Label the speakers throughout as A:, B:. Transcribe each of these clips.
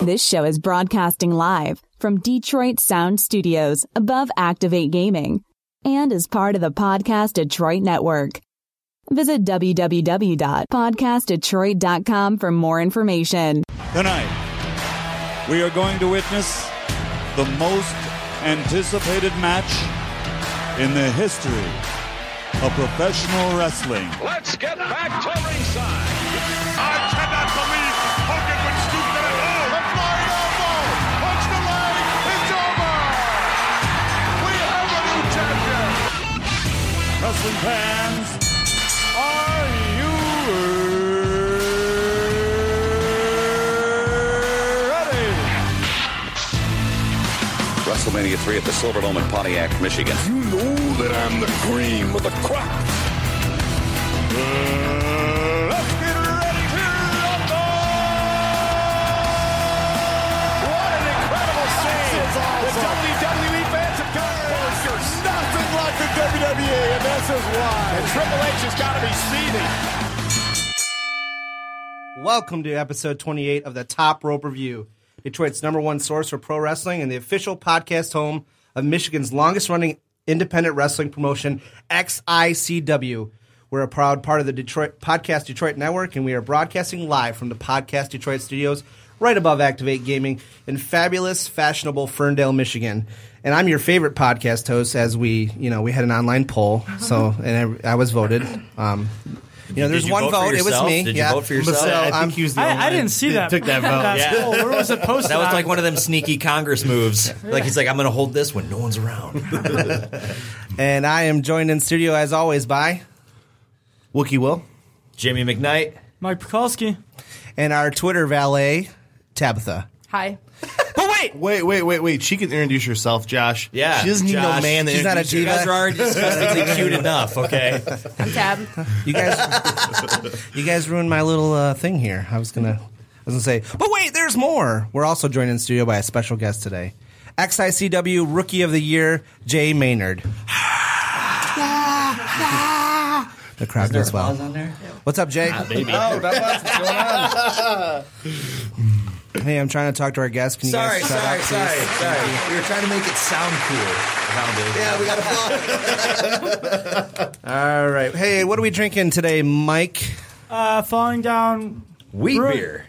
A: This show is broadcasting live from Detroit Sound Studios above Activate Gaming and is part of the Podcast Detroit Network. Visit www.podcastdetroit.com for more information.
B: Tonight, we are going to witness the most anticipated match in the history of professional wrestling.
C: Let's get back to ringside.
D: I cannot believe Hogan would stoop that low. The flying elbow. Punch the leg. It's over. We have a new champion.
B: Wrestling fans, are you ready?
E: WrestleMania 3 at the Silverdome in Pontiac, Michigan.
D: You know that I'm the cream of the crop. Let's get ready to rumble. What an incredible scene. The WWE fans have got There's nothing like the WWE, and this is why. And Triple H has got to be seething.
F: Welcome to episode 28 of the Top Rope Review, Detroit's number one source for pro wrestling and the official podcast home of Michigan's longest running independent wrestling promotion, XICW. We're a proud part of the Detroit Podcast Detroit Network, and we are broadcasting live from the Podcast Detroit studios right above Activate Gaming in fabulous, fashionable Ferndale, Michigan. And I'm your favorite podcast host, as we, you know, we had an online poll, so and I, I was voted. Um, you know, there's
G: you
F: one
G: vote for
F: vote. It was
G: yourself?
F: me.
G: Did you
F: yeah.
G: vote for yourself?
F: So,
G: I think
F: I'm-
H: I, I didn't see that.
I: took that vote.
G: Yeah.
H: poll. Where was it posted?
G: That was
H: on?
G: like one of them sneaky Congress moves. Like he's like, I'm going to hold this when no one's around.
F: And I am joined in studio as always by
I: Wookie Will.
G: Jamie McKnight.
H: Mike Pekulski.
F: and our Twitter valet Tabitha.
J: Hi.
F: But wait,
I: Wait, wait, wait, wait. She can introduce herself, Josh.
G: Yeah,
I: She doesn't need no
G: Josh.
I: man. to
F: She's not a
I: introduce
G: You
F: diva.
G: guys are already disgustingly cute enough, okay?
J: I'm Tab.
F: you guys, you guys ruined my little uh, thing here. I was gonna, I was gonna say, but wait, there's more. We're also joined in studio by a special guest today, XICW Rookie of the Year Jay Maynard. the crowd goes well. What's up, Jay? Oh, that was- what's going on? Hey, I'm trying to talk to our guest. Can you
G: Sorry,
F: guys shut
G: sorry,
F: up, please?
G: sorry, sorry. We were trying to make it sound cool. Yeah, we got to
F: All right. Hey, what are we drinking today, Mike?
H: Uh, falling down.
G: Wheat
H: Right.
G: beer.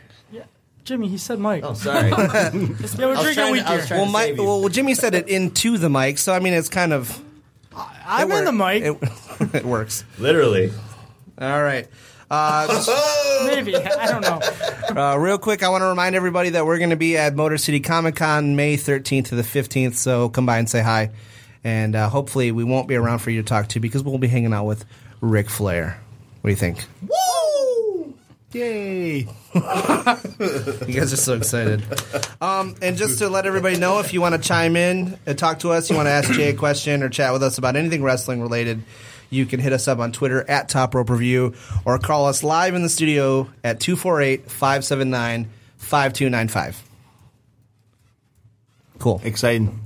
H: Jimmy, he said Mike.
G: Oh, sorry. I
H: yeah, we're
G: was
H: drinking
G: trying
H: wheat
G: to- I
H: beer.
G: was trying
F: Well,
G: to
F: Mike.
G: save you.
F: Well, Jimmy said it into the mic, so I mean, it's kind of
H: I'm in the mic.
F: It, it works.
G: Literally.
F: All right.
H: Maybe. I don't know.
F: Uh, real quick, I want to remind everybody that we're going to be at Motor City Comic Con May 13th to the 15th. So come by and say hi, and uh, hopefully we won't be around for you to talk to because we'll be hanging out with Ric Flair. What do you think?
I: Woo! Yay!
F: You guys are so excited. Um, and just to let everybody know, if you want to chime in, uh, talk to us, you want to ask Jay a question or chat with us about anything wrestling related, you can hit us up on Twitter at Top Rope Review or call us live in the studio at 248 579 5295. Cool.
I: Exciting.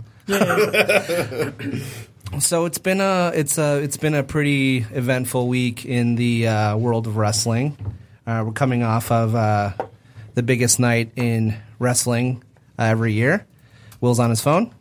F: So it's been a it's a it's been a pretty eventful week in the uh, world of wrestling. Uh, we're coming off of uh, the biggest night in wrestling uh, every year. Will's on his phone,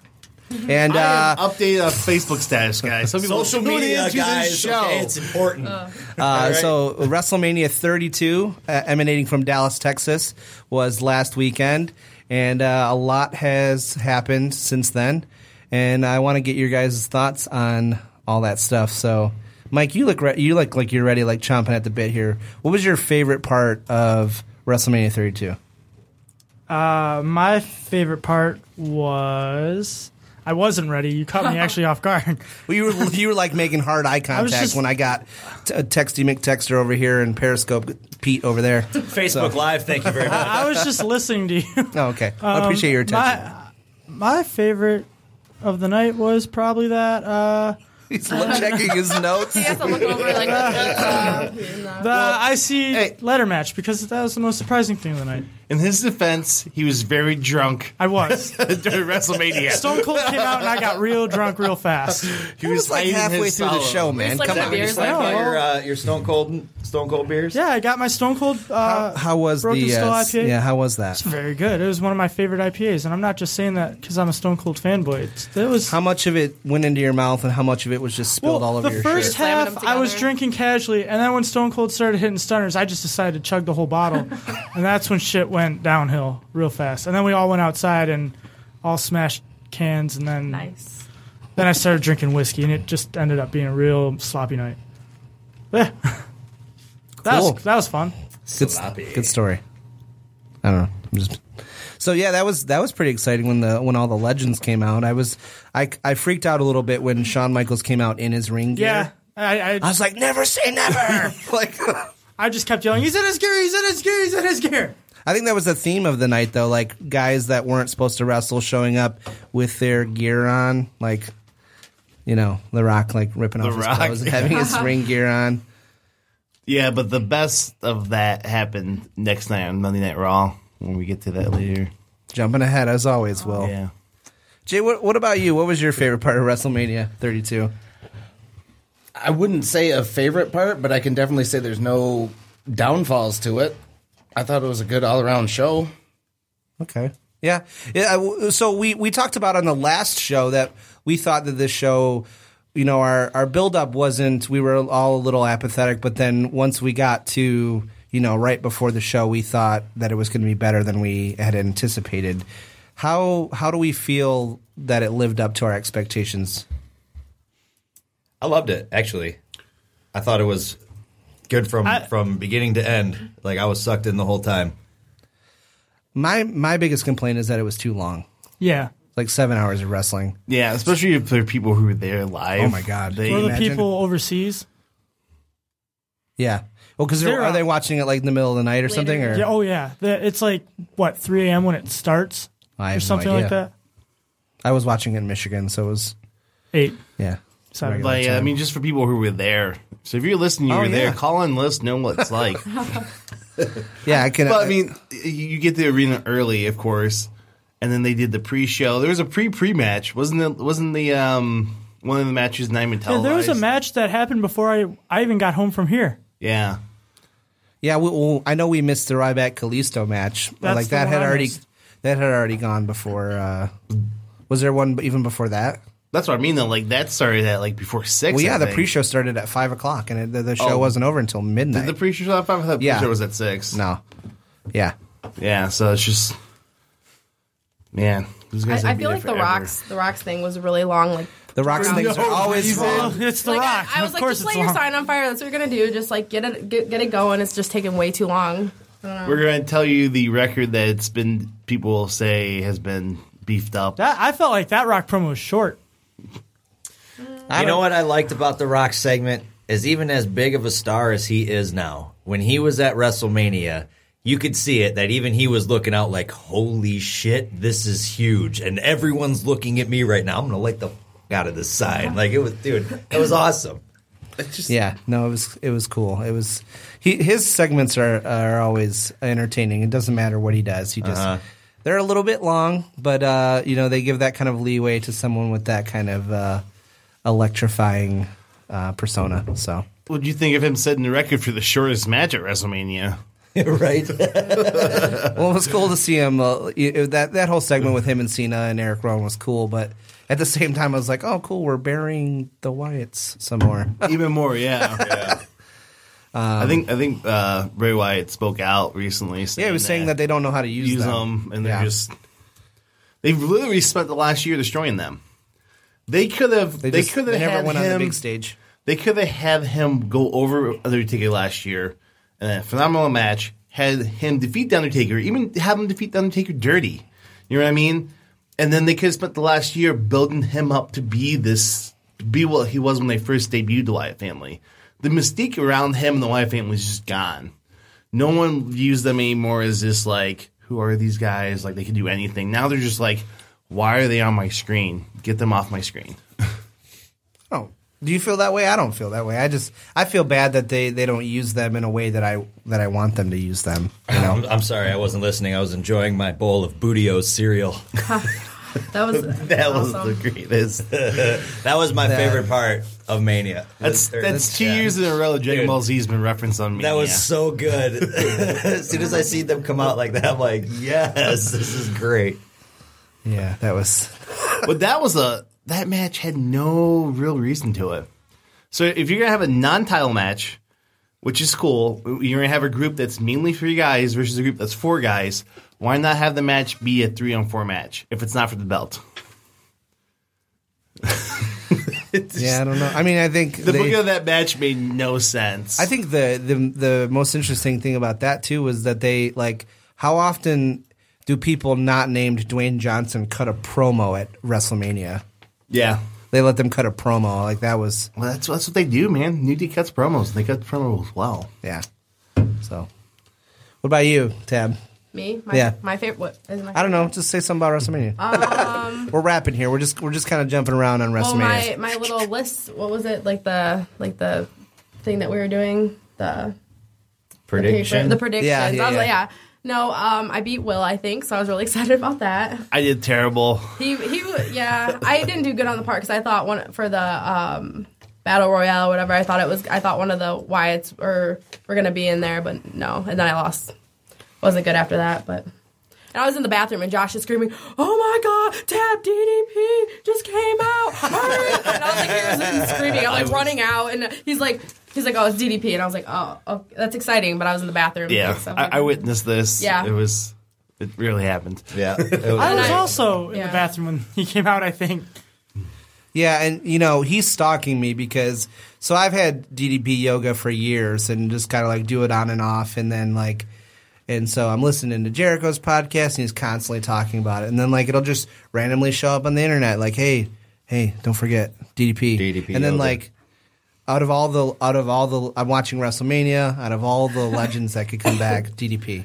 F: and uh,
I: Update uh, Facebook status, guys. Some people
G: Social
I: tune
G: media,
I: into this
G: guys.
I: show.
G: Okay, it's important.
F: Uh, so WrestleMania 32, uh, emanating from Dallas, Texas, was last weekend, and uh, a lot has happened since then. And I want to get your guys' thoughts on all that stuff. So, Mike, you look re- you look like you're ready, like chomping at the bit here. What was your favorite part of WrestleMania 32?
H: Uh, my favorite part was. I wasn't ready. You caught me actually off guard.
F: Well, you were you were like making hard eye
H: was
F: contact
H: just-
F: when I got t- uh, Texty McTexter over here and Periscope Pete over there.
G: Facebook Live, thank you very much.
H: I was just listening to you.
F: Oh, okay, I appreciate your attention.
H: Um, My, my favorite of the night was probably that. Uh,
F: He's look- checking his notes.
J: He has to look over like. uh, in the-
H: the IC
F: hey.
H: letter match because that was the most surprising thing of the night.
I: In his defense, he was very drunk
H: I was.
I: during WrestleMania.
H: Stone Cold came out and I got real drunk real fast.
I: he
F: It was like
I: hiding his
F: halfway through the
I: sorrow.
F: show, man.
J: It's like
F: Come
J: the
F: on.
J: beer-
G: Just like how your, uh, your Stone Cold
K: Stone Cold beers?
H: Yeah, I got my Stone Cold. Uh,
F: How was
H: Broken
F: the
H: Skull
F: uh,
H: IPA.
F: yeah? How was
H: It's
F: that?
H: very good. It was one of my favorite IPAs, and I'm not just saying that because I'm a Stone Cold fanboy. It's- That was
F: how much of it went into your mouth and how much of it was just spilled all over
H: the
F: your
H: first
F: shirt.
H: half, I was drinking casually, and then when Stone Cold started hitting stunners, I just decided to chug the whole bottle, and that's when shit went downhill real fast. And then we all went outside and all smashed cans, and then nice. Then I started drinking whiskey, and it just ended up being a real sloppy night. Yeah, that
F: Cool.
H: was that was fun.
F: Good, good story. I don't know. I'm just so yeah. That was that was pretty exciting when the when all the legends came out. I was I I freaked out a little bit when Shawn Michaels came out in his ring gear.
H: Yeah, I, I, I
F: was like, never say never. like,
H: I just kept yelling, "He's in his gear! He's in his gear! He's in his gear!"
F: I think that was the theme of the night, though. Like guys that weren't supposed to wrestle showing up with their gear on, like you know, The Rock, like ripping
I: The
F: off his
I: Rock,
F: clothes and having his
I: yeah.
F: ring gear on.
I: Yeah, but the best of that happened next night on Monday Night Raw when we get to that later.
F: Jumping ahead as always, Will.
I: Yeah.
F: Jay, what, what about you? What was your favorite part of WrestleMania 32?
L: I wouldn't say a favorite part, but I can definitely say there's no downfalls to it. I thought it was a good all around show.
F: Okay. Yeah. yeah I w- so we, we talked about on the last show that we thought that this show, you know, our, our buildup wasn't, we were all a little apathetic, but then once we got to, you know, right before the show, we thought that it was going to be better than we had anticipated. How, how do we feel that it lived up to our expectations?
K: I loved it actually. I thought it was good from
F: I-
K: from beginning to end. Like I was sucked in the whole time.
F: My, my biggest complaint is that it was too long.
H: Yeah.
F: Like seven hours of wrestling.
I: Yeah, especially if there are people who were there live.
F: Oh my God.
I: They,
H: Were the
F: imagine?
H: people overseas?
F: Yeah. Well, because
H: They're,
F: are
H: uh,
F: they watching it like in the middle of the night or something? Or
H: Yeah, oh yeah, The- it's like what 3 a.m. when it starts
F: I have
H: or
F: no
H: something like
F: idea.
H: that.
F: I was watching it in Michigan, so it was
H: eight.
F: Yeah,
H: Seven.
F: regular
I: Like, I
F: time.
I: mean, just for people who were there. So if you're listening, you
F: Oh,
I: were there.
F: yeah.
I: Call and let us know what it's like.
F: yeah, I can.
I: But I mean, you get the arena early, of course, and then they did the pre-show. There was a pre-pre match, wasn't it? Wasn't the um one of the matches not even
H: Yeah,
I: televised?
H: there was a match that happened before I I even got home from here.
I: yeah.
F: yeah. We, well, I know we missed the Ryback Kalisto match, but
H: That's
F: like
H: the
F: that
H: one
F: had
H: I
F: already
H: missed.
F: that had already gone before. Uh, was there one even before that?
I: That's what I mean. Though, like that started at like before six.
F: well, yeah,
I: I
F: the
I: think.
F: pre-show started at five o'clock, and it, the, the show
I: Oh.
F: wasn't over until midnight.
I: Did the pre-show start at five? I thought the
F: Yeah.
I: pre-show was at six.
F: No. Yeah.
I: Yeah. So it's just, man, these guys.
J: I, I
I: would be
J: feel
I: there
J: like the
I: forever.
J: rocks, the rocks thing was really long. Like
F: The Rock's
J: throughout.
F: things are always wrong.
H: It's
J: Like, I- I, was like, just light your sign on fire. That's what you're gonna do. Just like get it, get, get it going. It's just taking way too long. I don't know.
I: We're gonna tell you the record that it's been. People say has been beefed up.
F: Ah.
H: That I felt like that rock promo was short.
M: You know what I liked about the Rock segment is even as big of a star as he is now, when he was at WrestleMania, you could see it that even he was looking out like, "Holy shit, this is huge!" And everyone's looking at me right now. I'm gonna light the f- out of this side. Like it was, dude, that was awesome.
F: yeah, no, it was it was cool. It was he, his segments are are always entertaining. It doesn't matter what he does. He just
M: Uh-huh.
F: they're a little bit long, but uh, you know they give that kind of leeway to someone with that kind of uh, electrifying uh, persona. So
I: What do you think of him setting the record for the shortest match at WrestleMania?
M: right.
F: well, it was cool to see him. Uh, it- it- that that whole segment with him and Cena and Eric Rowan was cool, but at the same time, I was like, oh, cool, we're burying the Wyatts some more.
I: Even more, yeah. I think I think uh, Bray Wyatt spoke out recently.
F: yeah, he was saying that they don't know how to use,
I: use them, and they're just they've literally spent the last year destroying them. They could have
F: They
I: they,
F: just-
I: could have
F: they never
I: had
F: went on
I: him,
F: the big stage.
I: They could have had him go over Undertaker last year in a phenomenal match. Had him defeat the Undertaker, even have him defeat the Undertaker dirty. You know what I mean? And then they could have spent the last year building him up to be this, be what he was when they first debuted the Wyatt family. The mystique around him and the Wyatt family is just gone. No one views them anymore as this like, who are these guys? Like they can do anything. Now they're just like, why are they on my screen? Get them off my screen.
F: Oh, do you feel that way? I don't feel that way. I just I feel bad that they they don't use them in a way that I that I want them to use them.
M: I'm, I'm sorry, I wasn't listening. I was enjoying my bowl of Boudio's cereal.
J: That was
M: That was the greatest. that was my
I: That-
M: favorite part of Mania.
I: That's
M: Or-
I: that's two years in a row. Dragon Ball Z's been referenced on me.
M: That was so good. as soon as I see them come out like that, I'm like, yes, this is great.
I: Yeah, that was. but that was a that match had no real reason to it. So if you're gonna have a non-title match, which is cool, you're gonna have a group that's mainly three guys versus a group that's four guys. Why not have the match be a three-on-four match if it's not for the belt?
F: yeah, I don't know. I mean, I think
I: The
F: they-
I: booking of that match made no sense.
F: I think the, the the most interesting thing about that too was that they like how often do people not named Dwayne Johnson cut a promo at WrestleMania?
I: Yeah.
F: They let them cut a promo. Like that was
I: Well, that's that's what they do, man. New Day cuts promos. and They cut promos well.
F: Yeah. So, what about you, Tab?
J: me. My,
F: Yeah.
J: my favorite. What is my?
F: I don't know. Just say something about WrestleMania.
J: Um,
F: we're rapping here. We're just we're just kind of jumping around on
J: well,
F: WrestleMania.
J: my my little list. What was it like the like the thing that we were doing the
I: Prediction?
J: the, paper, the predictions.
I: Yeah,
J: I
I: yeah,
J: was like,
I: yeah.
J: yeah. No, um, I beat Will, I think, so I was really excited about that.
I: I did terrible.
J: He he yeah, I didn't do good on the part because I thought one for the um battle royale or whatever. I thought it was I thought one of the Wyatts or were gonna be in there, but no. And then I lost. Wasn't good after that, but. And I was in the bathroom and Josh is screaming, "Oh my God, Tab DDP just came out!" Hurry!" and I was like, here's him screaming. I'm
N: I
J: like
N: was-
J: running out, and he's like, he's like, "Oh, it's DDP," and I was like, "Oh, oh that's exciting," but I was in the bathroom.
I: Yeah,
J: Like, so-
I: I, I witnessed this.
J: Yeah.
I: it was it really happened.
M: Yeah,
H: I was also in the bathroom when he came out. I think
F: Yeah, and you know he's stalking me because so I've had DDP yoga for years and just kind of like do it on and off, and then like, and so I'm listening to Jericho's podcast and he's constantly talking about it, and then like it'll just randomly show up on the internet like, hey, hey, don't forget DDP, DDP, and then
L: yoga.
F: like. Out of all the, out of all the, I'm watching WrestleMania. Out of all the legends that could come back, DDP.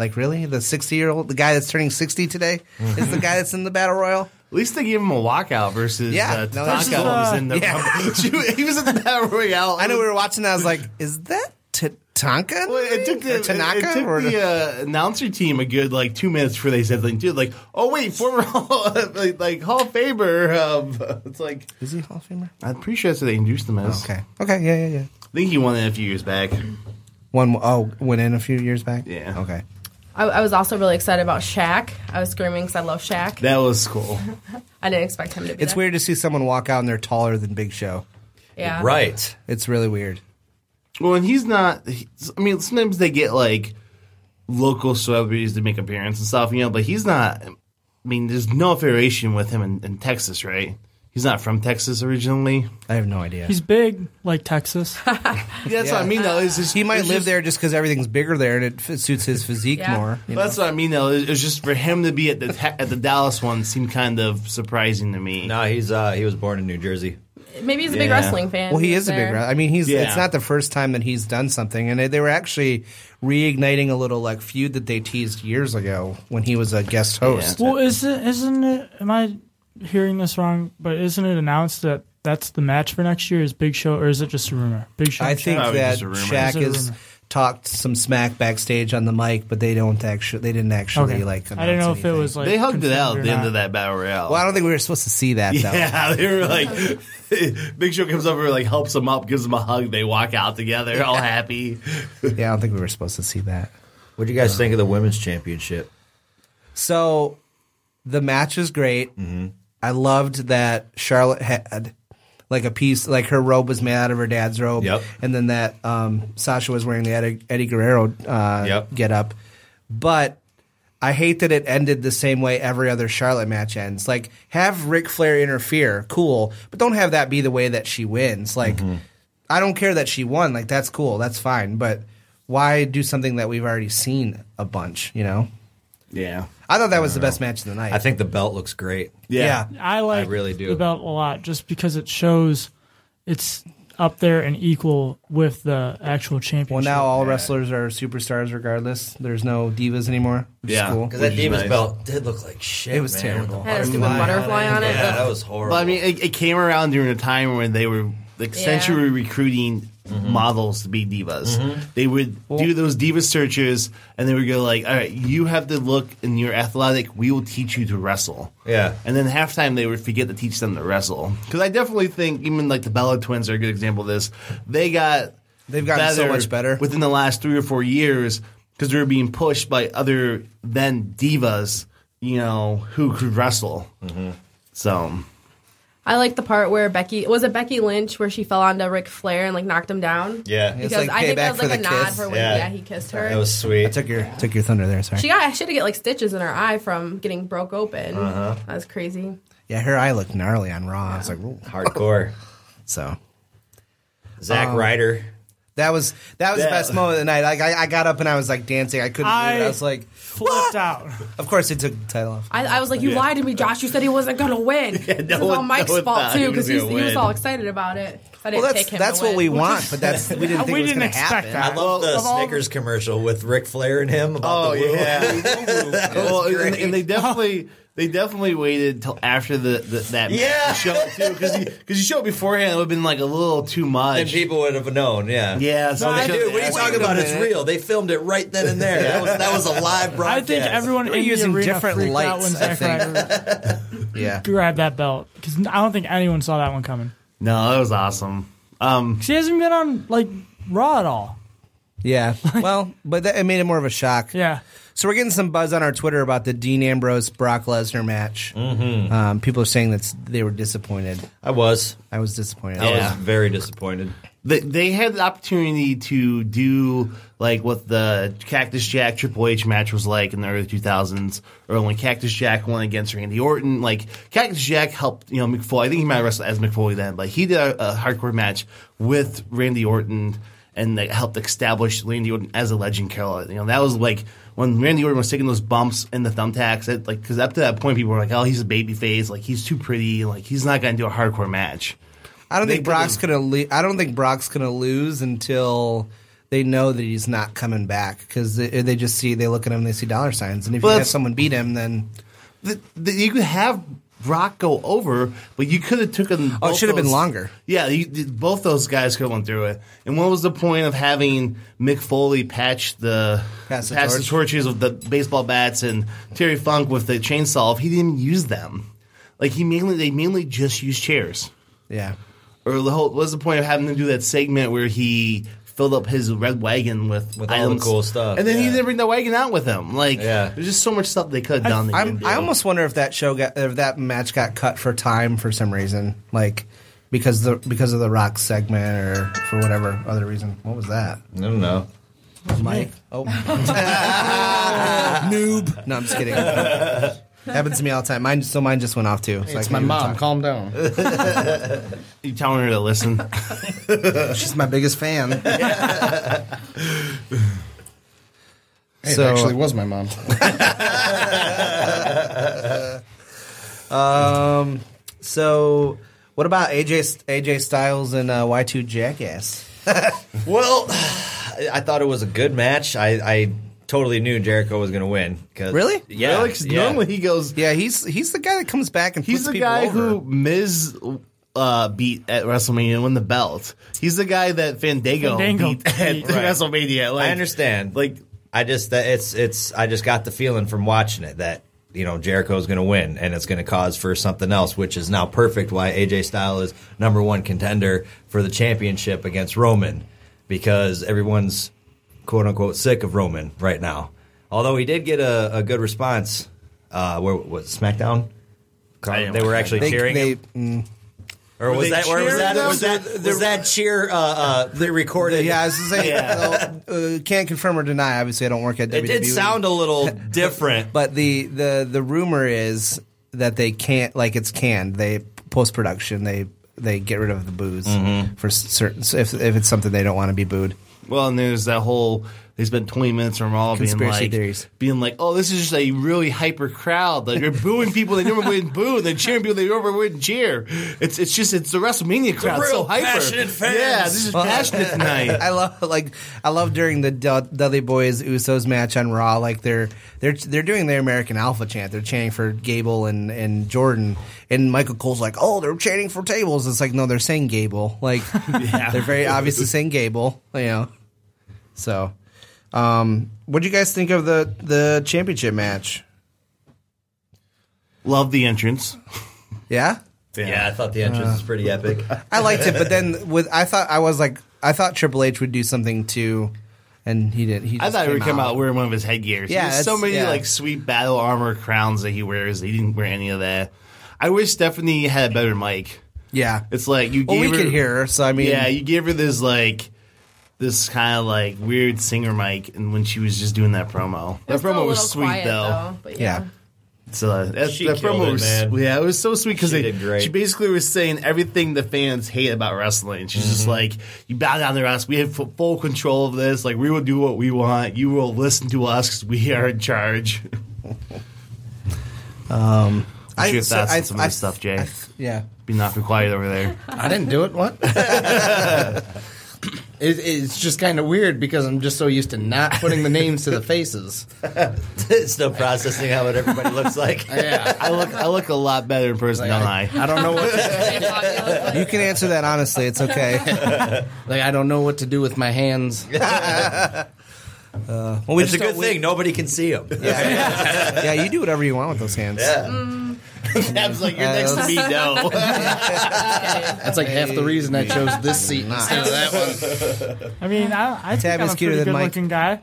F: Like really, the 60 year old, the guy that's turning 60 today, is the guy that's in the battle royal.
I: At least they gave him a walkout versus
F: yeah,
I: uh,
F: no,
I: Tatanka
F: this is,
I: was in the
F: yeah.
I: he was in the battle royale.
F: I know we were watching that. I was like, is that Tatanka?
I: Well, it took the,
F: Or Uh, Tanaka?
I: It, it took
F: Or-
I: the uh, announcer team a good like two minutes before they said like, dude, like, oh wait, former Hall, like, like Hall of Famer. Um, it's like,
F: is he Hall of Famer?
I: I'm pretty sure that's what they induced him as.
F: Okay. Okay, yeah, yeah, yeah.
I: I think he won it a few years back.
F: One oh went in a few years back.
I: Yeah.
F: Okay.
J: I, I was also really excited about Shaq. I was screaming because I love Shaq.
I: That was cool.
J: I didn't expect him to be
F: It's
J: there.
F: weird to see someone walk out and they're taller than Big Show.
J: Yeah.
I: Right.
F: It's really weird.
I: Well, and he's not. he- I mean, sometimes they get like local celebrities to make appearances and stuff, you know. But he's not. I mean, there's no affiliation with him in, in Texas, right? He's not from Texas originally.
F: I have no idea.
H: he's big, like Texas.
I: that's what I mean, though. Is
F: he might
I: it's
F: live
I: just-
F: there just because everything's bigger there and it f- suits his physique
I: Yeah.
F: more. you
I: That's what I mean, though. It was just for him to be at the te- at the Dallas one seemed kind of surprising to me.
M: No, he's uh, he was born in New Jersey.
J: Maybe he's a big
I: Yeah.
J: wrestling fan.
F: Well, he is a
J: there.
F: big. wrestler. I mean, he's.
I: Yeah.
F: It's not the first time that he's done something, and they, they were actually reigniting a little like feud that they teased years ago when he was a guest host.
H: Well, is it, isn't it? Am I hearing this wrong? But isn't it announced that that's the match for next year? Is Big Show, or is it just a rumor? Big Show.
F: I
H: and
F: think
H: Shaq?
F: that
H: Is
F: Shaq
H: it a
F: has
H: rumor?
F: talked some smack backstage on the mic, but they don't actually. They didn't actually
H: Okay.
F: like.
H: I didn't know
F: announce
H: if it was like
I: they hugged it
H: confirmed
I: out
H: or
I: at the end
H: not.
I: of that battle royale.
F: Well, I don't think we were supposed to see that. though.
I: yeah, they were like, Big Show comes over, like helps him up, gives him a hug. They walk out together, all happy.
F: yeah, I don't think we were supposed to see that.
M: What do you guys think of the women's championship?
F: So, the match was great. I loved that Charlotte had like a piece, like her robe was made out of her dad's robe,
M: Yep.
F: and then that um, Sasha was wearing the Eddie, Eddie Guerrero uh,
M: Yep.
F: get up. But I hate that it ended the same way every other Charlotte match ends. Like, have Ric Flair interfere, cool, but don't have that be the way that she wins. Like,
M: Mm-hmm.
F: I don't care that she won. Like, that's cool, that's fine. But why do something that we've already seen a bunch? You know.
I: Yeah.
F: I thought that was the best match of the night.
M: I think the belt looks great.
F: Yeah.
H: I like
M: I really do.
H: the belt a lot just because it shows it's up there and equal with the actual championship.
F: Well, now all wrestlers are superstars, regardless. There's no divas anymore. Which
M: Yeah.
F: is cool.
M: 'Cause that Which is divas nice. belt did look like shit,
F: It was
M: man, with
F: terrible.
M: the Had a stupid butterfly on it. butterfly on it. Yeah, that was horrible.
I: But I mean, it, it came around during a time when they were like
J: Yeah.
I: century recruiting models to be divas.
N: Mhm.
I: They would do those diva searches, and they would go like, "All right, you have to look and you're athletic. We will teach you to wrestle."
K: Yeah.
I: And then halftime, they would forget to teach them to wrestle. Because I definitely think even like the Bella Twins are a good example of this. They got they've
F: gotten so much
I: better within the last three or four years because they were being pushed by other then divas, you know, who could wrestle. So
J: I like the part where Becky was it Becky Lynch where she fell onto Ric Flair and like knocked him down.
I: Yeah.
J: because
F: It's like
J: I think
F: payback
J: that was
F: for
J: like a
F: the
J: nod
F: kiss.
J: for when yeah.
F: Yeah.
J: he kissed her.
K: sweet.
F: I took your took your thunder there. Sorry.
J: She got she had to get like stitches in her eye from getting broke open.
F: Uh-huh.
J: That was crazy.
F: yeah, her eye looked gnarly on Raw. I was like, Whoa.
K: hardcore.
F: So,
K: Zack
M: Um,
K: Ryder.
F: That was that was
K: That-
F: the best moment of the night. Like I, I got up and I was like dancing. I couldn't.
J: I
F: believe it. I was like
H: flipped out.
F: Of course, they took the title off.
J: I, I was like, you
F: Yeah.
J: lied to me, Josh. You said he wasn't gonna win. this is
F: one-
J: all Mike's
F: no one
J: fault
F: thought he
J: too
F: was
J: because he,
F: gonna
J: was
F: win.
J: all excited about it. I didn't
F: Well, that's-
J: take him.
F: that's
J: to win.
F: what we want, but that's we didn't think it was going to happen.
K: I love the Snickers commercial with Ric Flair and him. About
I: Oh,
K: the woo.
I: yeah. well, and, and they definitely they definitely waited till after the, the that
K: Yeah.
I: show too because because you showed it beforehand it would have been like a little too much.
K: Then people would have known. Yeah.
I: Yeah.
K: No,
I: they
K: I
I: showed
K: do.
I: the
K: What are you
I: ass-
K: talking about? It's real. They filmed it right then and there. That was that was a live
H: I
K: broadcast.
H: think everyone in the arena freaked out when Zack Ryder
I: Yeah.
H: grabbed that belt because I don't think anyone saw that one coming.
I: No, that was awesome. Um,
H: She hasn't been on like Raw at all.
F: Yeah. Well, but that, it made it more of a shock.
H: Yeah.
F: So we're getting some buzz on our Twitter about the Dean Ambrose Brock Lesnar match. Mm-hmm. Um, people are saying that they were disappointed.
K: I was.
F: I was disappointed.
K: I was very disappointed.
I: They, they had the opportunity to do like what the Cactus Jack Triple H match was like in the early 2000s, or when Cactus Jack won against Randy Orton. Like Cactus Jack helped, you know, McFoley. I think he might have wrestled as McFoley then, but he did a, a hardcore match with Randy Orton and like, helped establish Randy Orton as a legend killer. You know, that was like when Randy Orton was taking those bumps and the thumbtacks. It, like, because up to that point, people were like, "Oh, he's a baby face. Like, he's too pretty. Like, he's not going to do a hardcore match."
F: I don't
I: They
F: think Brock's gonna. Lo- I don't think Brock's gonna lose until they know that he's not coming back because they, they just see they look at him and they see dollar signs, and if
I: Well,
F: you have
I: that's-
F: someone beat him, then
I: the, the, you could have Brock go over, but you could have took him.
F: Oh, it should have been longer.
I: Yeah, you, both those guys could have went through it. And what was the point of having Mick Foley patch the
F: Pass the
I: patch the
F: torch.
I: torches with the baseball bats and Terry Funk with the chainsaw if he didn't use them? Like he mainly they mainly just use chairs.
F: Yeah.
I: Or the whole what was the point of having them do that segment where he filled up his red wagon with,
K: With all the
I: items,
K: cool stuff,
I: and then he
K: yeah.
I: didn't bring the wagon out with him. Like
K: Yeah.
I: there's just so much stuff they could have done. that
F: I,
I: you
F: am
I: didn't
F: I
I: do.
F: almost wonder if that show got if that match got cut for time for some reason, like because the because of the rock segment or for whatever other reason. What was that?
K: I don't know.
F: Mike. Oh, noob. No, I'm just kidding. Happens to me all the time. Mine, so mine just went off too. so I
L: it's
F: can't
L: my
F: even
L: mom.
F: talk.
L: Calm down.
I: you telling her to listen?
L: She's my biggest fan. Hey,
F: So-
L: it actually was my mom.
F: Um. So, what about AJ AJ Styles and uh, Y2 Jackass?
K: well, I I thought it was a good match. I, I totally knew Jericho was going to win. 'cause-
F: Really?
K: Yeah. yeah.
I: he goes.
F: Yeah, he's he's the guy that comes back and
I: He's
F: puts
I: the
F: people
I: guy
F: over.
I: who Miz uh, beat at WrestleMania and won the belt. He's the guy that Fandango,
K: Fandango
I: beat at
K: beat.
I: WrestleMania. Like,
K: I understand. Like I just that it's it's I just got the feeling from watching it that you know Jericho's going to win and it's going to cause for something else, which is now perfect why AJ Style is number one contender for the championship against Roman because everyone's quote unquote sick of Roman right now. Although he did get a, a good response. Uh, where was SmackDown? They were actually
F: They-
K: cheering.
F: they- mm,
K: him? Or
F: Were
K: was
F: they
K: that, or was
F: cheering
K: that,
F: them?
K: was that, was
F: They're-
K: that cheer uh, uh, pre-recorded?
F: Yeah, I was just saying, well, uh, can't confirm or deny. Obviously, I don't work at E. WWE.
K: It did sound a little different.
F: but the the the rumor is that they can't like it's canned. They post production they they get rid of the booze for certain if if it's something they don't want to be booed.
I: Well, and there's that whole They spent 20 minutes from all
N: Conspiracy
I: being like,
N: theories.
I: being like, oh, this is just a really hyper crowd. Like they're booing people they never wouldn't boo, they're cheering people they never wouldn't cheer. It's it's just it's the WrestleMania crowd,
F: real
I: so hyper.
F: passionate fans.
I: Yeah, this is passionate tonight.
F: I love like I love during the Dud- Dudley Boys Usos match on Raw. Like they're they're they're doing their American Alpha chant. They're chanting for Gable and and Jordan. And Michael Cole's like, oh, they're chanting for tables. It's like no, they're saying Gable. Like they're very obviously saying Gable. You know. So, um, what do you guys think of the the championship match?
I: Love the entrance.
F: Yeah.
K: Yeah, Uh, I thought the entrance was pretty epic.
F: I liked it, but then with I thought I was like I thought Triple H would do something too, and he didn't. He
I: I
F: just
I: thought he
F: came
I: would come out wearing one of his headgears.
F: Yeah,
I: Yeah, so
F: that's-
I: many
F: yeah.
I: like sweet battle armor crowns that he wears. He didn't wear any of that. I wish Stephanie had a better mic.
F: Yeah,
I: it's like you.
F: Well,
I: gave
F: we
I: her,
F: could hear her, so I mean-
I: yeah, you gave her this like this kind of like weird singer mic, and when she was just doing that promo, that
J: was still a
I: promo
J: little
I: was sweet
J: quiet, though,
I: though.
J: but yeah.
I: So uh, that,
J: She
I: that
J: killed
I: promo
J: it,
I: was
J: man.
I: yeah, it was so sweet because
K: She did great.
I: she basically was saying everything the fans hate about wrestling. She's just
J: Mm-hmm.
I: like, you bow down to us. We have fu- full control of this. Like we will do what we want. You will listen to us 'cause we are in charge. um,
F: I-
I: I, your
F: so
I: thoughts
F: I-
I: on some of
F: I-
I: this stuff, Jay.
F: yeah.
I: be knocking quiet over there.
L: I didn't do it. What? it, it's just kind of weird because I'm just so used to not putting the names to the faces.
K: Still processing how it everybody looks like.
L: yeah,
I: I look I look a lot better in person than I.
L: I don't know what.
F: you can answer that honestly. It's okay.
L: like I don't know what to do with my hands.
F: Uh, well, we
K: It's
F: just
K: a good
F: don't- we-
K: thing nobody can see him.
F: yeah, you do whatever you want with those hands.
I: Tab's like,
F: "You're next to me,
I: no.
L: That's like half the reason I chose this seat instead of that one.
H: I mean, I, I think
L: Tab
H: I'm
L: is
H: a
L: cuter
H: pretty
L: than Mike.
H: good-looking guy.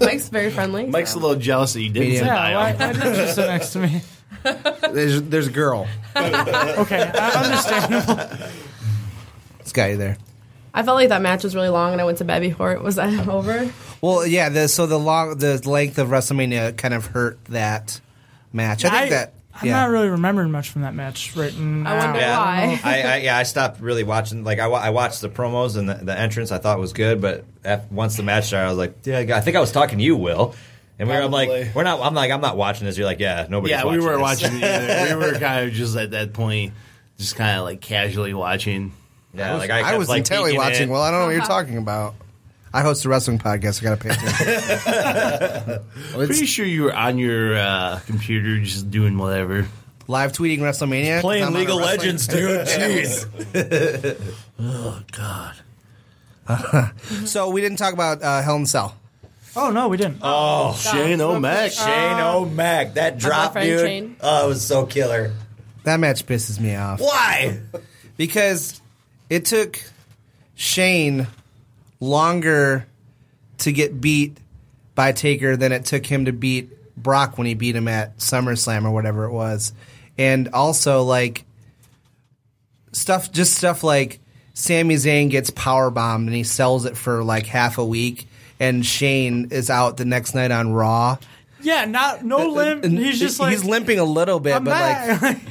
J: Mike's very friendly.
I: Mike's a little jealous that you didn't
H: Yeah,
I: say
H: why,
I: bio.
H: why did you sit next to me?
F: There's, there's a girl.
H: okay, I understandable.
F: This guy there.
J: I felt like that match was really long, and I went to bed before it was over.
F: Well, yeah. The, so the long the length of WrestleMania kind of hurt that match. I think that.
H: I'm
F: yeah.
H: not really remembering much from that match right now.
K: yeah.
H: I,
K: I, I, yeah, I stopped really watching. Like I, wa- I watched the promos and the, the entrance. I thought was good, but af once the match started, I was like, yeah, I think I was talking to you, Will. And we were, I'm like, we're not. I'm like, I'm not watching this. You're like, yeah, nobody's.
I: yeah, we
K: watching
I: were
K: this.
I: watching. it either. we were kind of just at that point, just kind of like casually watching.
K: Yeah,
F: I was, I was intently watching. Well, I don't know
H: Uh-huh.
F: what you're talking about. I host a wrestling podcast. I got to pay attention.
I: Pretty sure you were on your uh, computer just doing whatever.
F: Live tweeting WrestleMania. 'cause I'm on a wrestling-
I: oh God.
F: so we didn't talk about uh, Hell in a Cell.
H: Oh no, we didn't.
K: Oh,
I: Shane O'Mac.
K: Shane O'Mac, that drop,
H: friend
K: dude.
H: Shane.
K: Oh, it was so killer.
F: That match pisses me off.
K: Why?
F: Because it took Shane longer to get beat by Taker than it took him to beat Brock when he beat him at SummerSlam or whatever it was. And also, like, stuff, just stuff like Sami Zayn gets power bombed and he sells it for like half a week, and Shane is out the next night on Raw.
H: yeah, not no limp.
F: And
H: He's just like
F: he's limping a little bit,
H: I'm
F: but like
H: back.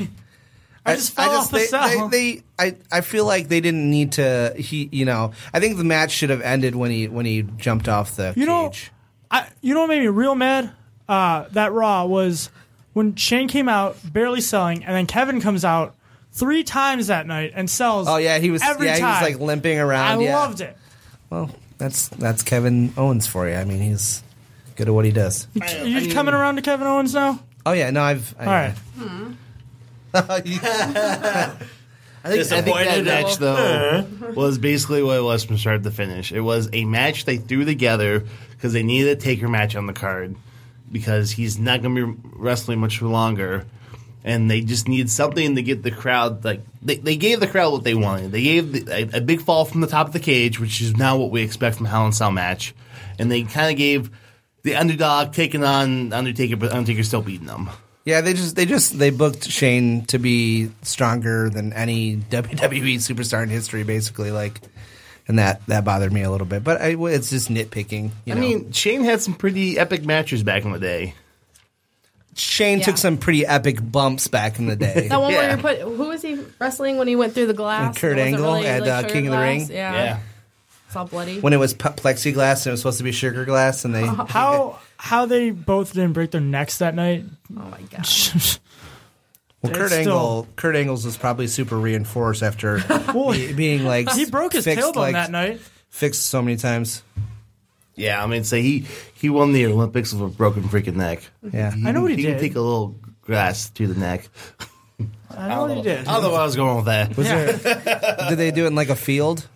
H: I just fell off the
F: they,
H: cell.
F: They, they, I, I feel like they didn't need to. He, you know, I think the match should have ended when he when he jumped off the.
H: You know, I you know what made me real mad? Uh, that Raw was when Shane came out barely selling, and then Kevin comes out three times that night and sells.
F: oh yeah, he was.
H: every
F: yeah,
H: time.
F: he was like limping around.
H: I
F: yeah.
H: loved it.
F: Well, that's that's Kevin Owens for you. I mean, he's good at what he does.
H: Are you coming around to Kevin Owens now?
F: Oh yeah, no, I've. I,
H: All right.
I: I think, I think that
H: Disappointed.
I: match
H: Uh.
I: though was basically what it was from start to finish. It was a match they threw together because they needed a taker match on the card because he's not going to be wrestling much longer, and they just needed something to get the crowd like they, they gave the crowd what they wanted. They gave the, a, a big fall from the top of the cage, which is now what we expect from Hell in a Cell match, and they kind of gave the underdog taking on Undertaker, but Undertaker still beating them.
F: Yeah, they just they just they booked Shane to be stronger than any WWE superstar in history, basically. Like, and that that bothered me a little bit, but I, it's just nitpicking. You
I: I
F: know?
I: mean, Shane had some pretty epic matches back in the day.
F: Shane took some pretty epic bumps back in the day.
J: That one where you put who was he wrestling when he went through the glass?
F: And Kurt
J: It wasn't
F: Angle
J: really,
F: and,
J: like,
F: uh,
J: sugar
F: King of the
J: glass.
F: Ring.
J: Yeah.
F: Yeah.
J: It's all bloody.
F: when it was pe- plexiglass and it was supposed to be sugar glass, and they
H: How how they both didn't break their necks that night?
J: Oh my gosh!
F: Well, Kurt
H: It's still-
F: Angle, Kurt Angles was probably super reinforced after be- being like
H: he broke his
F: fixed,
H: tailbone
F: like,
H: that night.
F: Fixed so many times.
I: Yeah, I mean, say he he won the Olympics with a broken freaking neck.
F: Yeah,
H: I know what he
I: can
H: did.
I: Take a little grass to the neck.
H: I know what Oh, he did.
I: I don't know where I was going with that.
F: Was there? did they do it in like a field?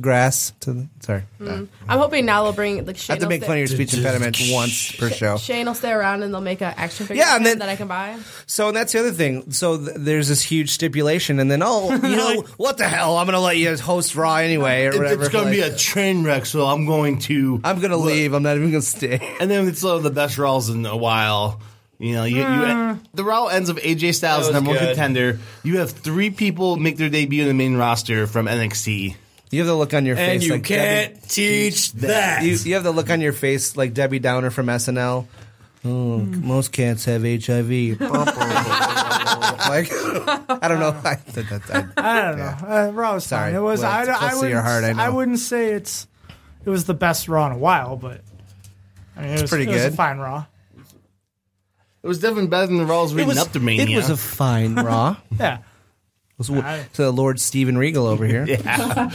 F: Grass to the sorry.
J: Mm. I'm hoping now they'll bring like
F: I
J: Shane.
F: have to
J: will
F: make
J: stay-
F: fun of your speech impediment once per show.
J: Shane will stay around and they'll make an action figure
F: Yeah, and then-
J: that I can buy.
F: So and that's the other thing. So th- there's this huge stipulation, and then oh, you know what the hell? I'm gonna let you host Raw anyway or
I: It-
F: whatever.
I: it's going
F: like-
I: to be a train wreck, so I'm going to.
F: I'm going to leave. I'm not even going to stay.
I: And then it's one of the best Raws in a while. You know, you,
K: Mm.
I: you the Raw ends of AJ Styles,
K: That was
I: number one
K: good.
I: contender. You have three people make their debut in the main roster from NXT.
F: You have the look on your
I: And
F: face.
I: you
F: like
I: can't
F: Debbie-
I: teach that.
F: You, you have the look on your face like Debbie Downer from SNL. Oh,
H: Hmm.
F: most cats have HIV. like, I don't know. I, that, that, I,
H: I don't know. Uh, Raw was
F: Sorry.
H: fine. It was.
F: Well,
H: I,
F: it's
H: I,
F: close to
H: wouldn't,
F: your heart, I know.
H: wouldn't say it's. It was the best Raw in a while, but I mean, it
F: It's
H: was
F: pretty
H: It was a
F: good.
H: fine Raw.
I: It was definitely better than the Raws leading up to Mania.
F: It was a fine Raw.
H: Yeah.
F: It was- to Lord Steven Regal over here.
I: Yeah.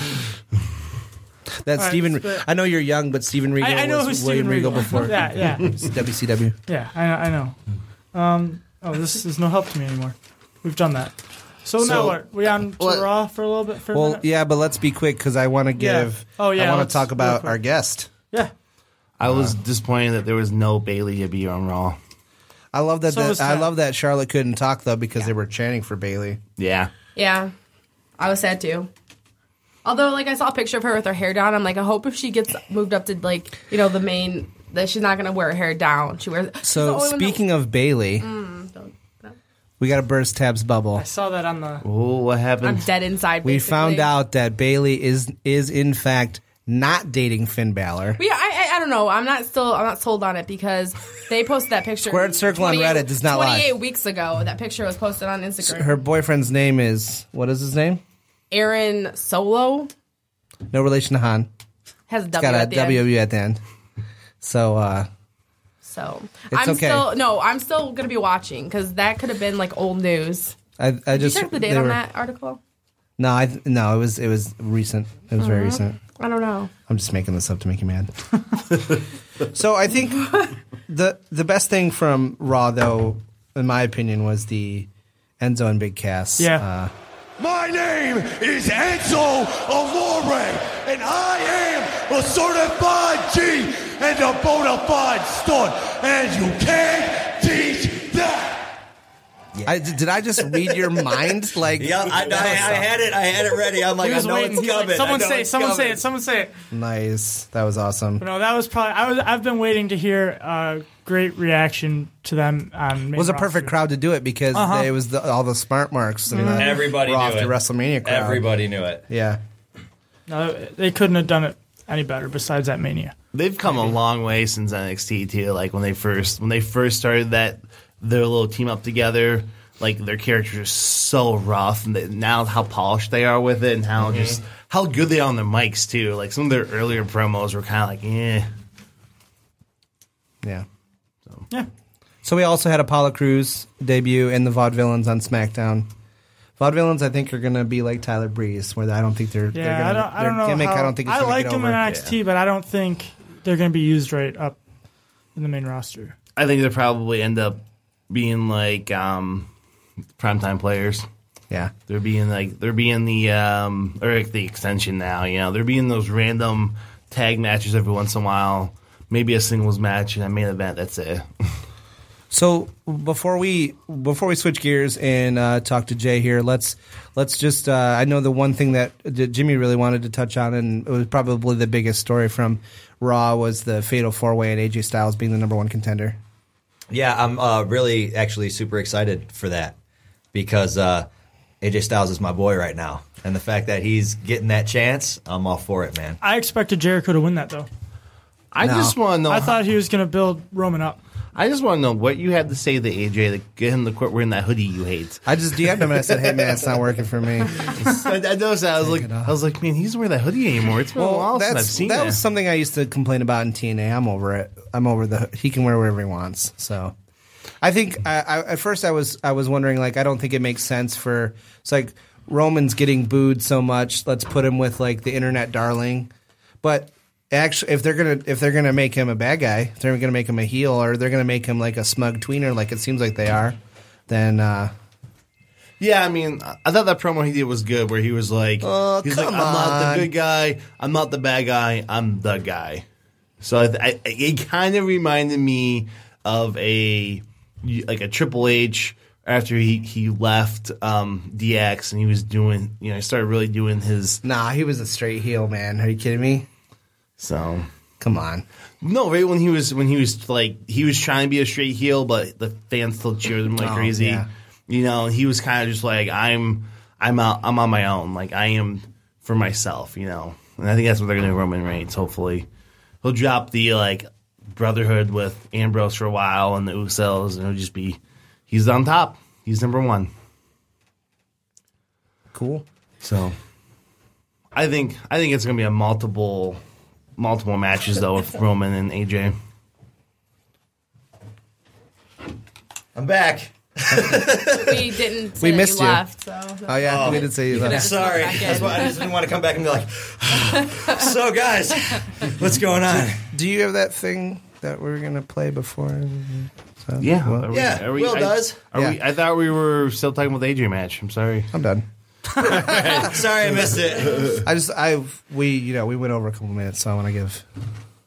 F: That
H: All right,
F: Steven,
H: but-
F: I know you're young, but Steven Regal
H: I know who
F: was William
H: Steven
F: Regal,
H: Regal is.
F: before
H: Yeah, yeah.
F: WCW.
H: Yeah, I, I know. Um, oh, this is no help to me anymore. We've done that. So,
F: So-
H: now what? We on to Raw for a little bit? For a
F: Well,
H: minute?
F: yeah, but let's be quick because I want to
H: Yeah.
F: give.
H: Oh, yeah,
F: I want
H: let's-
F: to talk about
H: real quick.
F: our guest.
H: Yeah.
I: I was disappointed that there was no Bailey to be on Raw.
F: I love that.
J: So
F: that
J: was
F: I
J: Kat.
F: love that Charlotte couldn't talk though because they were chanting for Bailey.
I: Yeah.
J: Yeah, I was sad too. Although, like, I saw a picture of her with her hair down. I'm like, I hope if she gets moved up to like you know the main that she's not gonna wear her hair down. She wears. she's the
F: So
J: only one that-
F: speaking of Bailey,
J: Mm, don't-
F: we got to burst Tab's bubble.
H: I saw that on the.
I: Oh, what
J: I'm
I: happened?
J: dead inside.
F: We
J: basically.
F: found out that Bailey is is in fact not dating Finn Balor.
J: But yeah, I, I I don't know. I'm not still I'm not sold on it because they posted that picture.
F: Squared circle on
J: 28
F: Reddit does not lie.
J: 28 weeks ago, that picture was posted on Instagram.
F: Her boyfriend's name is what is his name?
J: Aaron Solo
F: No relation to Han.
J: has a
F: It's
J: W
F: got a
J: at the end.
F: W at the end. So uh
J: So
F: It's
J: I'm
F: okay.
J: still no, I'm still gonna be watching because that could have been like old news.
F: I I
J: Did
F: just
J: you check the
F: they
J: date on
F: were-
J: that article?
F: No, I no, it was it was recent. It was very
J: Mhm.
F: recent.
J: I don't know.
F: I'm just making this up to make you mad. so I think the the best thing from Raw, though, in my opinion, was the Enzo and Big Cass.
B: Yeah.
F: Uh,
B: My name is Enzo Amore, and I am a certified G and a bona fide stud, and you can't teach that.
F: Uh, I, did I just read your mind? Like,
K: Yeah, I, I, I had it. I had it ready. I'm like,
H: He
K: I
H: was
K: know
H: waiting.
K: it's
H: He was like,
K: coming. I
H: someone
K: know
H: say it.
K: it's
H: Someone
K: coming.
H: say it. Someone say it.
F: nice. That was awesome.
H: But no, that was probably. I was. I've been waiting to hear a great reaction to them on.
F: It
H: main
F: was a
H: roster.
F: perfect crowd to do it because
H: Uh-huh. Mm-hmm.
F: they- it was the, all the smart marks. And the
K: Everybody
F: Raw
K: knew
F: after
K: it.
F: WrestleMania crowd.
K: Everybody knew it.
F: Yeah.
H: No, they couldn't have done it any better. Besides that Mania.
I: They've come a long way since NXT too. Like when they first when they first started that their little team up together, like their characters are so rough, and they, now how polished they are with it, and how
K: Mhm.
I: just how good they are on their mics too. Like some of their earlier promos were kind of like, eh.
F: Yeah.
H: Yeah.
F: So we also had Apollo Crews debut and the Vaudevillains on SmackDown. Vaudevillains, I think, are going to be like Tyler Breeze, where I don't think they're. they're
H: Yeah,
F: gonna,
H: I don't. I
F: their
H: don't know.
F: Gimmick,
H: how-
F: I don't think. It's
H: I
F: gonna
H: like
F: get
H: them
F: over.
H: in NXT, but I don't think they're going to be used right up in the main roster.
I: I think they probably end up being like um, primetime players.
F: Yeah,
I: they're being like they're being the um, or like the extension now. You know, they're being those random tag matches every once in a while. Maybe a singles match and a main event. That's it.
F: So before we before we switch gears and uh, talk to Jay here, let's let's just. Uh, I know the one thing that that Jimmy really wanted to touch on, and it was probably the biggest story from Raw was the Fatal Four Way and AJ Styles being the number one contender.
K: Yeah, I'm uh, really actually super excited for that because uh, AJ Styles is my boy right now, and the fact that he's getting that chance, I'm all for it, man.
H: I expected Jericho to win that though.
I: I
K: No. just wanna know
H: I
F: Uh-huh.
K: how-
H: thought he was going to build Roman up.
I: I just want to know what you had to say to AJ to get him to quit wearing that hoodie you hate.
L: I just DM'd him and I said, "Hey man, it's not working for me."
I: I, I noticed that. I was like, I was like, man, he doesn't wear that hoodie anymore. It's been a while since I've
F: that's-
I: seen
F: that,
I: that.
F: was something I used to complain about in TNA. I'm over it. I'm over the. He can wear whatever he wants. So, I think I, I, at first I was I was wondering like I don't think it makes sense for it's like Roman's getting booed so much. Let's put him with like the internet darling, but. Actually, if they're gonna if they're gonna make him a bad guy, if they're gonna make him a heel, or they're gonna make him like a smug tweener, like it seems like they are, then uh,
I: yeah, I mean, I- I thought that promo he did was good, where he was like,
F: Oh,
I: he's like,
F: come
I: I'm not
F: on."
I: the good guy, I'm not the bad guy, I'm the guy. So I, I, it kind of reminded me of a like a Triple H after he he left um, DX and he was doing, you know, he started really doing his.
F: Nah, he was a straight heel, man. Are you kidding me?
I: So
F: come on.
I: No, right when he was when he was like he was trying to be a straight heel, but the fans still cheered him like
F: Oh,
I: crazy.
F: yeah.
I: You know, he was kind of just like I'm I'm out I'm on my own. Like I am for myself. You know, and I think that's what they're gonna do with Roman Reigns. Hopefully, he'll drop the like brotherhood with Ambrose for a while and the Usos, and it'll just be he's on top. He's number one.
F: Cool.
I: So I think I think it's gonna be a multiple multiple matches though with Roman and AJ.
K: I'm back.
J: we didn't. Say
K: We
J: that
K: missed
J: you.
K: you.
J: Left, so.
F: Oh yeah, we did say you
K: can
F: left.
K: ask- Sorry,
J: Just
K: that's why I just didn't want to come back and be like, so guys, what's going on?
F: Do you have that thing that we were gonna play before? So-
I: Yeah.
F: What?
I: Are we- are we- I, Are
F: Yeah.
I: we, I thought we were still talking about the AJ match. I'm sorry.
F: I'm done.
K: Sorry, I missed it.
F: I just I we you know we went over a couple minutes, so I want to give.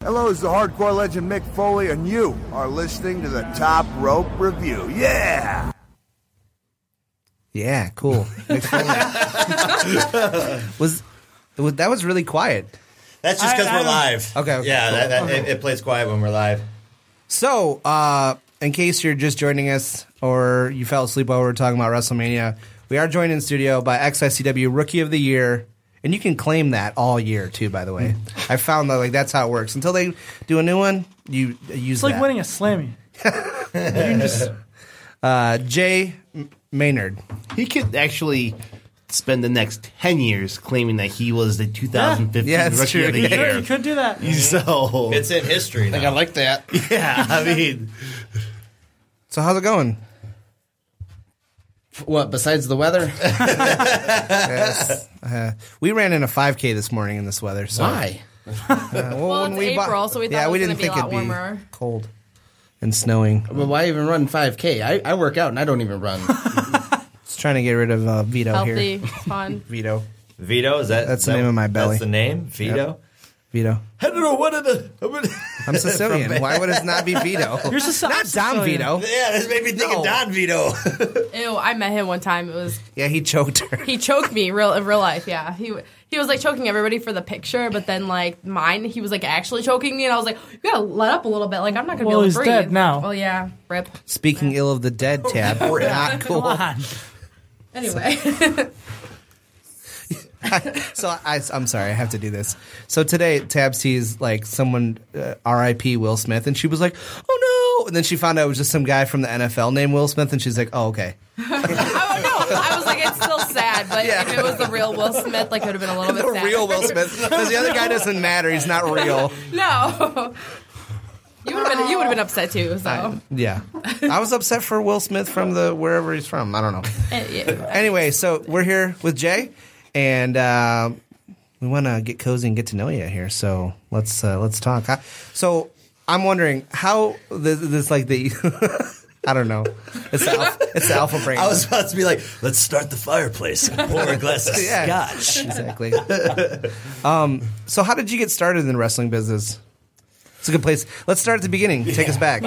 N: Hello, it's the hardcore legend Mick Foley, and you are listening to the Top Rope Review. Yeah!
F: Yeah, cool. Next one. was, was that was really quiet.
K: That's just because we're live.
F: Okay.
K: Yeah,
F: cool.
K: that, that, it, it plays quiet when we're live.
F: So, uh, in case you're just joining us or you fell asleep while we were talking about WrestleMania, we are joined in studio by XICW Rookie of the Year. And you can claim that all year too. By the way, I found that like that's how it works. Until they do a new one, you uh, use.
H: It's like
F: that.
H: winning a Slammy. just-
F: uh, Jay M- Maynard.
I: He could actually spend the next 10 years claiming that he was the 2015
F: Yeah, it's
I: Rookie
F: true.
I: of the
F: You
I: Year.
F: could- you
H: could do that.
I: So
K: It's in history. Now.
I: like that. Yeah, I mean,
F: So how's it going?
L: What besides the weather?
F: Yes. Uh, we ran in a 5K this morning in this weather. So.
L: Why?
F: Uh,
J: Well, it's
F: bought-
J: April, so we thought
F: yeah,
J: it was
F: we
J: gonna
F: didn't
J: be a
F: think
J: lot
F: it'd be
J: warmer.
F: cold and snowing.
L: Well, why even run 5K? I, I work out and I don't even run.
F: Just trying to get rid of uh, Vito
J: Healthy,
F: here.
J: fun.
F: Vito.
K: Vito is that?
F: That's
K: is
F: the
K: that-
F: name of my belly.
K: That's the name, Vito.
F: Yep. Vito.
K: I don't know what are the.
F: I'm Sicilian.
K: From-
F: Why would it not be Vito?
K: You're Sic-
F: not
H: Oh,
F: Dom
K: Sicilian.
F: Vito.
K: Yeah, this made me think of Don Vito.
J: Ew, I met him one time. It was
F: Yeah, he choked her.
J: he choked me real in real life. Yeah, he he was like choking everybody for the picture, but then like mine, he was like actually choking me, and I was like, you gotta let up a little bit. Like I'm not gonna
F: Well,
J: be able
F: he's
J: to breathe.
F: dead now.
J: Well, yeah, rip.
F: Speaking ill of the dead tab. not cool.
J: Anyway,
F: so I, I'm sorry, I have to do this. So today, Tab sees like someone, uh, R.I.P. Will Smith, and she was like, "Oh no!" And then she found out it was just some guy from the NFL named Will Smith, and she's like, "Oh okay."
J: Oh, I was like, it's still sad, but if it was the real Will Smith, like it would have been a little bit
F: The
J: sad.
F: real Will Smith, because the other guy doesn't matter. He's not real.
J: No, you would have been you would have been upset too. So
F: Yeah, I was upset for Will Smith from the wherever he's from. I don't know.
J: Eh, yeah.
F: anyway, so we're here with Jay, and uh, we want to get cozy and get to know you here. So let's uh, let's talk. How- So I'm wondering how this, this like the I don't know. It's the alpha, it's the alpha brain.
K: I was about to be like, let's start the fireplace and pour a glass of
F: Yeah,
K: scotch.
F: exactly. um, so how did you get started in the wrestling business? It's a good place. Let's start at the beginning. Take us back.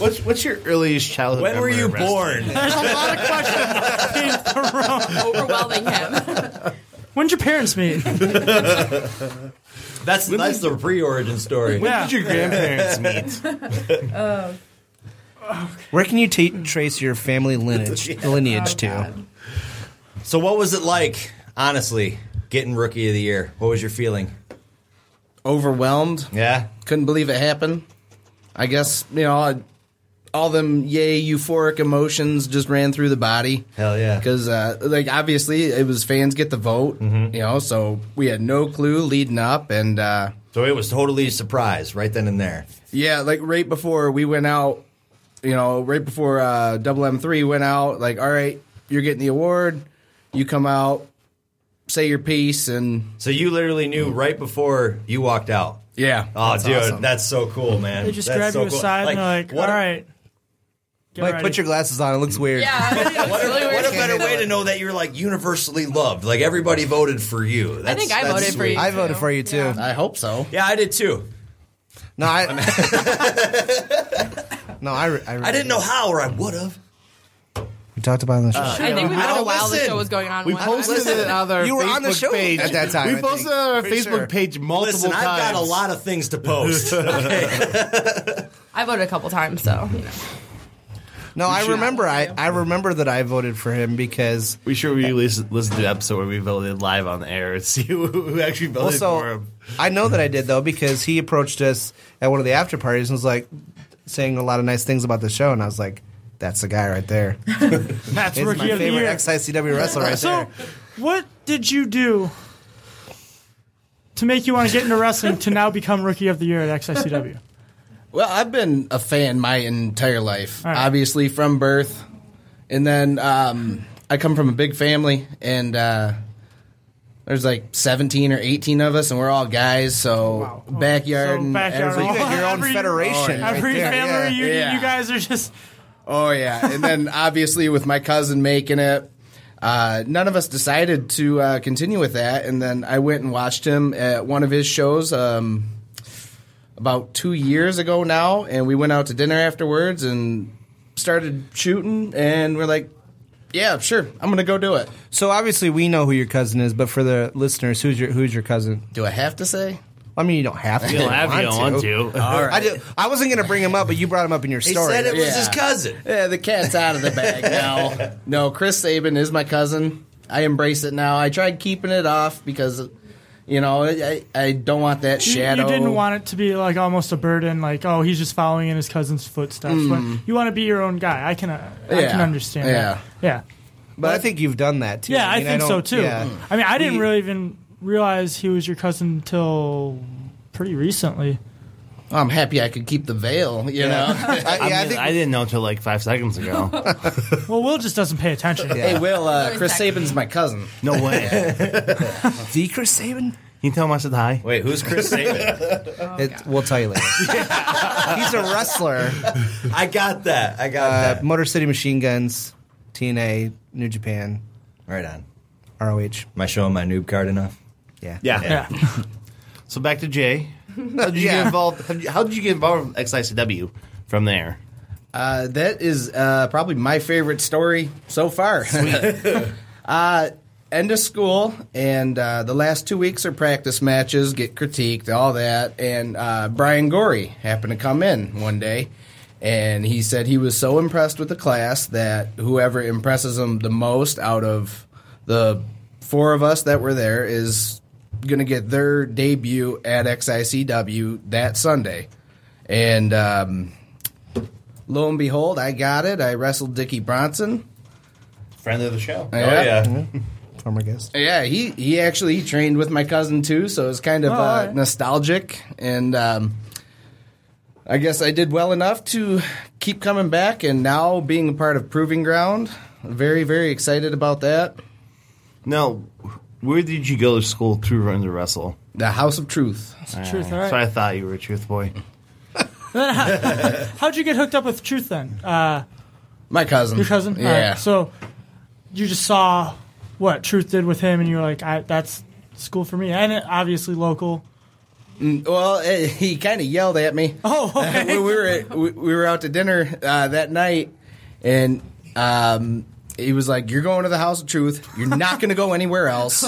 I: what's what's your earliest childhood?
K: When were
I: memory
K: you
I: of wrestling?
K: born?
H: There's a lot of questions being thrown.
J: Overwhelming him.
H: When'd your parents meet?
K: That's that's the pre-origin story.
H: When did your grandparents
K: meet? Um,
J: Oh,
F: Where can you ta trace your family lineage lineage
K: Oh,
F: to?
K: So what was it like, honestly, getting rookie of the year? What was your feeling?
L: Overwhelmed.
K: Yeah.
L: Couldn't believe it happened. I guess you know I,
F: all them yay euphoric emotions just ran through the body.
K: Hell yeah!
F: Because uh, like obviously it was fans get the vote,
O: Mm-hmm.
F: you know. So we had no clue leading up, and uh,
K: so it was totally a surprise right then and there.
F: Yeah, like right before we went out, you know, right before uh, Double M three went out. Like, all right, you're getting the award. You come out, say your piece, and
K: so you literally knew right before you walked out.
F: Yeah.
K: Oh,
F: That's
K: dude,
F: awesome.
K: that's so cool, man.
H: They just
K: That's
H: grab
K: so
H: you
K: cool.
H: aside and they're like,
K: what
H: all
K: a-
H: right. get
O: Mike,
H: ready."
O: put your glasses on. It looks weird.
K: what, a, what a better way to know that you're like universally loved. Like everybody voted for you. That's,
J: think I
K: that's
J: voted for
K: sweet.
J: you, I
O: voted for you too.
F: I hope so.
K: Yeah, I did too.
O: No, I. no, I. re- I,
K: I didn't know how, or I would have.
O: We talked about it on the show.
J: I think we
K: I
J: met
K: don't
J: a while the
K: listen.
J: show was going on.
I: Uh, We
J: when I-
I: posted it on our
O: You were on the
I: Facebook
O: show
I: page
O: at that time, I
I: We posted
O: think.
I: it on our
O: Pretty
I: Facebook
O: sure.
I: page multiple
K: Listen,
I: times.
K: I've got a lot of things to post.
J: I voted a couple times, so you know.
O: No, I remember. I, I remember that I voted for him because
I: we sure we listen, listen to the episode where we voted live on air and see who, who actually voted
O: Also,
I: for him.
O: I know that I did though because he approached us at one of the after parties and was like saying a lot of nice things about the show, and I was like, "That's the guy right there.
H: Matt's
O: He's my
H: rookie of the
O: favorite
H: year.
O: ex-ICW wrestler right
H: so,
O: there."
H: what did you do to make you want to get into wrestling to now become rookie of the year at XICW?
F: Well, I've been a fan my entire life, obviously from birth, and then um, I come from a big family, and uh, there's like 17 or 18 of us, and we're all guys, so backyard
H: So
F: and
H: backyard,
F: everything.
H: all- every- Oh, Every family reunion,
F: Yeah.
H: you guys are just
F: Oh yeah, and then obviously with my cousin making it, uh, none of us decided to uh, continue with that. And then I went and watched him at one of his shows um, about two years ago now, and we went out to dinner afterwards and started shooting, and we're like, "Yeah, sure, I'm gonna go do it."
O: So obviously we know who your cousin is, but for the listeners, who's your who's your cousin?
F: Do I have to say?
O: I mean, you don't have to.
I: You don't have- you
O: want
I: don't want to.
F: All right.
O: I, ju- I wasn't going to bring him up, but you brought him up in your story.
F: Yeah. Yeah, the cat's out of the bag now. no, Chris Saban is my cousin. I embrace it now. I tried keeping it off because, you know, I, I I don't want that
H: you,
F: shadow.
H: you didn't want it to be like almost a burden, like oh he's just following in his cousin's footsteps.
F: Mm.
H: But you want to be your own guy. I can uh, I
O: Hmm. Yeah.
H: can understand. that. yeah.
O: But I think you've done that too.
H: Yeah, I,
O: mean,
H: think so
O: don't-
H: too. Mm.
O: yeah.
H: I mean, I didn't really even realize he was your cousin until pretty recently.
F: I'm happy I could keep the veil. You know,
I: I, mean, I, didn't know until like five seconds ago.
H: well, Will just doesn't pay attention.
F: Hey, Will, uh, Chris Saban's my cousin.
I: No way.
O: the Chris Saban?
I: You tell him I said hi.
K: Wait, who's Chris Saban?
H: Oh,
O: It, we'll tell you later. He's a wrestler.
K: I got that. I got
O: Uh,
K: that.
O: Motor City Machine Guns, TNA, New Japan,
K: Right on.
O: ROH. Am
K: I showing my noob card enough?
O: Yeah.
I: Yeah. so back to Jay. How did you
F: Yeah.
I: get involved? How did you, how did you get involved with XICW from there?
F: Uh, that is uh, probably my favorite story so far. uh, end of school, and uh, the last two weeks are practice matches, get critiqued, all that. And uh, Brian Gorey happened to come in one day, and he said he was so impressed with the class that whoever impresses him the most out of the four of us that were there is going to get their debut at XICW that Sunday. And. Um, lo and behold, I got it. I wrestled Dickie Bronson.
I: Friend of the show. Mm-hmm.
O: Mhm. Former guest.
F: Yeah, he, he actually he trained with my cousin too, so it was kind of
O: Oh,
F: uh,
O: alright.
F: nostalgic. And um, I guess I did well enough to keep coming back, and now being a part of Proving Ground, very very excited about that.
I: No, where did you go to school to learn to wrestle?
F: The House of Truth.
H: the truth, all right.
I: So I thought you were a truth boy.
H: Then how, how'd you get hooked up with Truth then? Uh,
F: my cousin.
H: Your cousin? All right.
F: Yeah.
H: So you just saw what Truth did with him, and you were like, I, that's school for me. And it, obviously local.
F: Mm, Well, eh, he kind of yelled at me.
H: Oh,
F: we were at, we, we were out to dinner uh, that night, and um, he was like, "You're going to the House of Truth. You're not going to go anywhere else.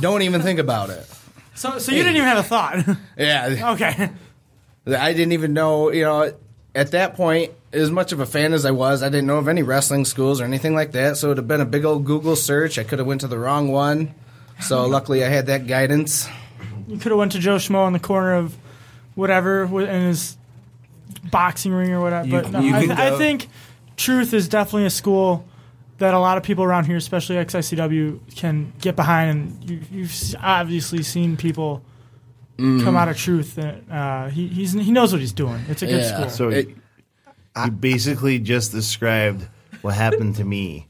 F: Don't even think about it."
H: So, so you didn't even have a thought.
F: Yeah.
H: Okay.
F: I didn't even know. You know, at that point, as much of a fan as I was, I didn't know of any wrestling schools or anything like that. So it'd have been a big old Google search. I could have went to the wrong one. So luckily, I had that guidance.
H: You could have went to Joe Schmo on the corner of whatever wi- in his boxing ring or whatever.
P: You-
H: but no,
P: you
H: I,
P: can
H: I
P: go-
H: think Truth is definitely a school that a lot of people around here, especially XICW, can get behind. And you, you've s- obviously seen people
I: Mhm.
H: come out of Truth. And, uh, he, he's, he knows what he's doing. It's a good school.
I: So you basically just described what happened to me.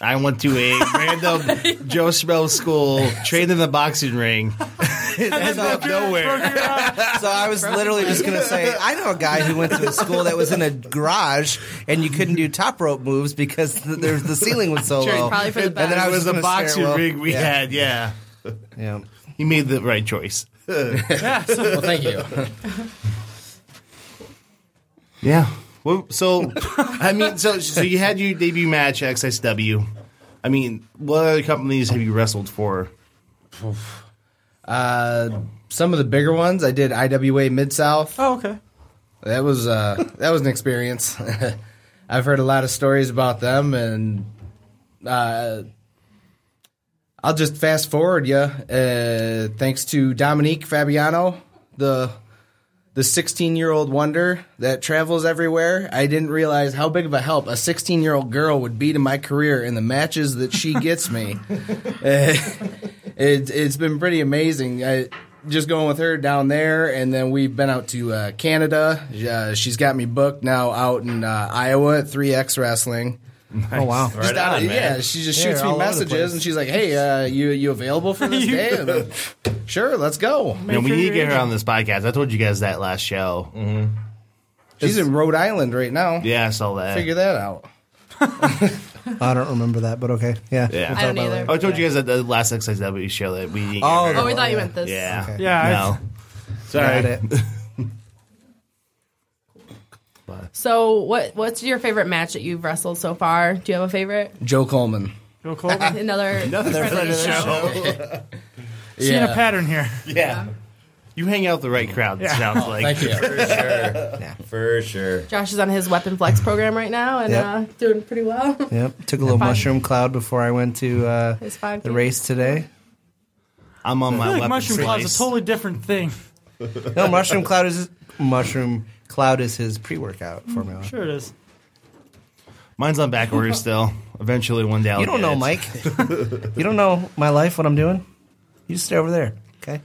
I: I went to a random Joe Schmo school, trained in the boxing ring.
H: uh,
Q: That's out of nowhere.
P: so I was literally just gonna say, I know a guy who went to a school that was in a garage, and you couldn't do top rope moves because the, there, the ceiling was so
I: Sure,
P: low.
I: probably for the
P: And then I
I: best.
P: was
I: It was
P: in
I: a boxing
P: stairwell.
I: ring we had, yeah.
P: Yeah.
I: You made the right choice.
F: well, thank you.
I: Yeah. Well, so I mean, so so you had your debut match at XSW. I mean, what other companies have you wrestled for?
F: Uh, some of the bigger ones I did IWA Mid South.
H: Oh, okay.
F: That was uh, that was an experience. I've heard a lot of stories about them, and uh, I'll just fast forward you. Uh, thanks to Dominique Fabiano, the the 16 year old wonder that travels everywhere. I didn't realize how big of a help a 16 year old girl would be to my career in the matches that she gets me. Uh, it, it's been pretty amazing. I, just going with her down there, and then we've been out to uh, Canada. Uh, she's got me booked now out in uh, Iowa at 3X Wrestling.
P: Oh, wow.
F: Just
P: Right
F: out of-
P: on, man.
F: Yeah, she just
P: Yeah,
F: shoots
P: all
F: me
P: over the
F: messages,
P: place.
F: and she's like, "Hey, uh, you you available for this
P: You-
F: day?" And I'm, sure, let's go.
I: No, we need to get her on this podcast. I told you guys that last show. Mm-hmm.
F: She's in Rhode Island right now.
I: Yeah, I saw that.
F: Figure that out.
J: I don't remember that, but okay. Yeah.
I: Yeah, Oh,
F: I don't either.
I: I told you guys at the last XSW show that we. Didn't
F: Oh,
I: get her.
F: oh, we thought you meant this.
I: Yeah,
F: Okay. Yeah,
I: No. Sorry.
F: Got
R: So what what's your favorite match that you've wrestled so far? Do you have a favorite?
F: Joe Coleman.
H: Joe Coleman.
R: Another
I: Another friend of the
R: show.
H: Seeing
I: Yeah.
H: a pattern here.
I: Yeah. You hang out with the right crowd. It
H: Yeah.
I: sounds
H: Oh,
I: like
H: thank you.
K: For sure.
I: for sure.
R: Josh is on his Weapon Flex program right now and
J: Yep.
R: uh, doing pretty well.
J: Yep. Took a little
R: Fine.
J: mushroom cloud before I went to uh,
R: It's fine.
J: the race today.
I: I'm on
H: I feel like mushroom cloud is a totally different thing.
J: no, mushroom cloud is mushroom cloud is his pre-workout formula.
H: Sure it is.
I: Mine's on back order still. Eventually, one day. I'll
J: You don't
I: get
J: know,
I: it.
J: Mike. you don't know my life, what I'm doing. You just stay over there, okay?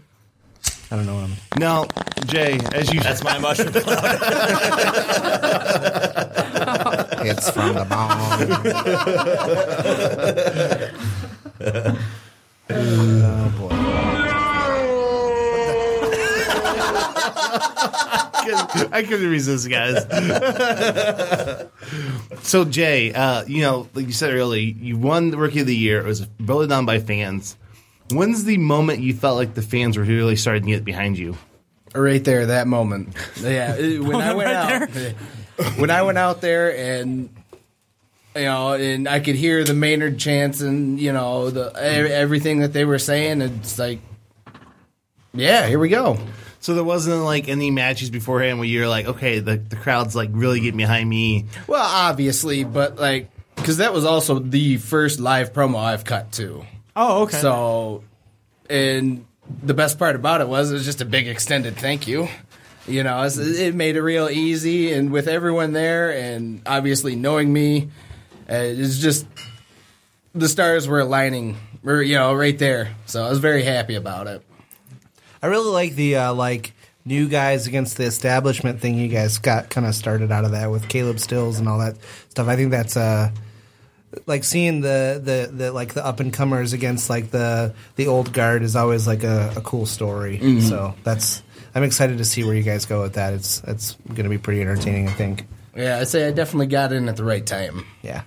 J: I don't know what I'm.
I: No, Jay, as you. That's my mushroom
P: It's from the bomb. oh boy.
I: I couldn't resist, guys. so, Jay, uh, you know, like you said earlier, you won the Rookie of the Year. It was voted on by fans. When's the moment you felt like the fans were really starting to get behind you?
F: Right there, that moment. Yeah, it- when I
I: Moment
F: went
I: right
F: out, when I went out there, and you know, and I could hear the Maynard chants, and you know, the e- everything that they were saying. It's like, yeah, here we go.
I: So there wasn't like any matches beforehand where you're like, okay, the, the crowd's like really getting behind me.
F: well, obviously, but like, because that was also the first live promo I've cut too.
H: Oh, okay.
F: So, and the best part about it was it was just a big extended thank you. You know, it's- it made it real easy, and with everyone there, and obviously knowing me, uh, it's just the stars were aligning, or, you know, right there. So I was very happy about it.
J: I really like the uh, like new guys against the establishment thing. You guys got kind of started out of that with Caleb Stills and all that stuff. I think that's uh like seeing the the, the like the up and comers against like the the old guard is always like a, a cool story.
F: Mhm.
J: So that's I'm excited to see where you guys go with that. It's it's going to be pretty entertaining, I think.
F: Yeah, I say I definitely got in at the right time.
J: Yeah.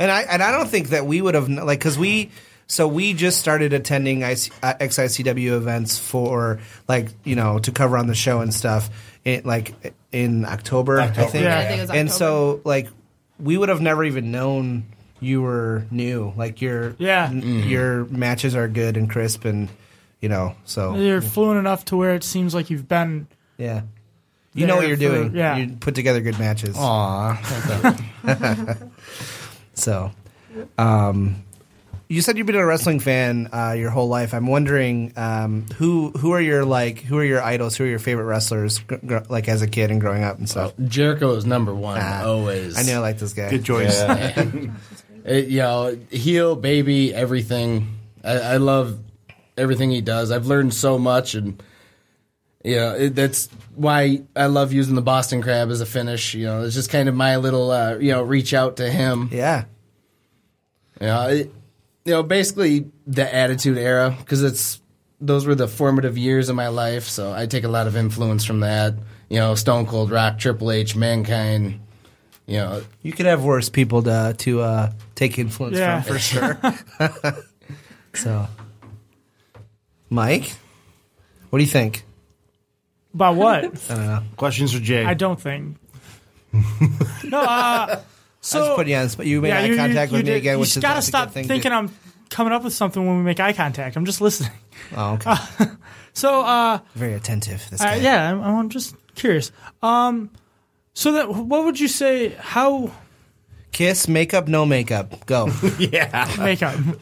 J: And I and I don't think that we would have kn- like because we so we just started attending IC, uh, XICW events for like you know to cover on the show and stuff in, like in October, I
P: October,
J: think.
P: Yeah, I think it was
J: And so like we would have never even known you were new. Like your
H: Yeah.
J: n- your matches are good and crisp and you know so
H: You're fluent enough to where it seems like you've been.
J: Yeah. You know what
H: there
J: you're
H: for-
J: doing.
H: Yeah.
J: You put together good matches.
F: Aw.
J: so, um,
S: you said you've been a wrestling fan uh, your whole life. I'm wondering um, who who are your like who are your idols? Who are your favorite wrestlers? Gr- gr- like as a kid and growing up and stuff.
F: Jericho is number one
S: Oh. Ah,
F: always.
S: I knew I liked this guy. Good choice.
F: Yeah. It- you know, heel, baby, everything. I, I love everything he does. I've learned so much, and you know it, that's why I love using the Boston Crab as a finish. You know, it's just kind of my little uh, you know reach out to him.
S: Yeah.
F: Yeah. it- you know, basically the Attitude Era because it's those were the formative years of my life. So I take a lot of influence from that. You know, Stone Cold Rock, Triple H, Mankind. You know,
S: You could have worse people to to uh, take influence
F: Yeah.
S: from for sure. so, Mike, what do you think?
H: About what?
S: I don't know.
I: Questions for Jay.
H: I don't think. no, uh, so
S: I was putting you on, the spot. you made
H: yeah,
S: eye contact with me
H: did-
S: again,
H: You
S: which
H: just
S: is
H: gotta
S: that's a good
H: stop
S: thing to-
H: thinking I'm coming up with something when we make eye contact. I'm just listening.
S: Oh, okay.
H: So, uh,
S: Very attentive. This
H: uh,
S: guy.
H: yeah, I'm, I'm just curious. Um, so that what would you say? How
S: Kiss, makeup, no makeup. Go.
I: yeah.
H: makeup? I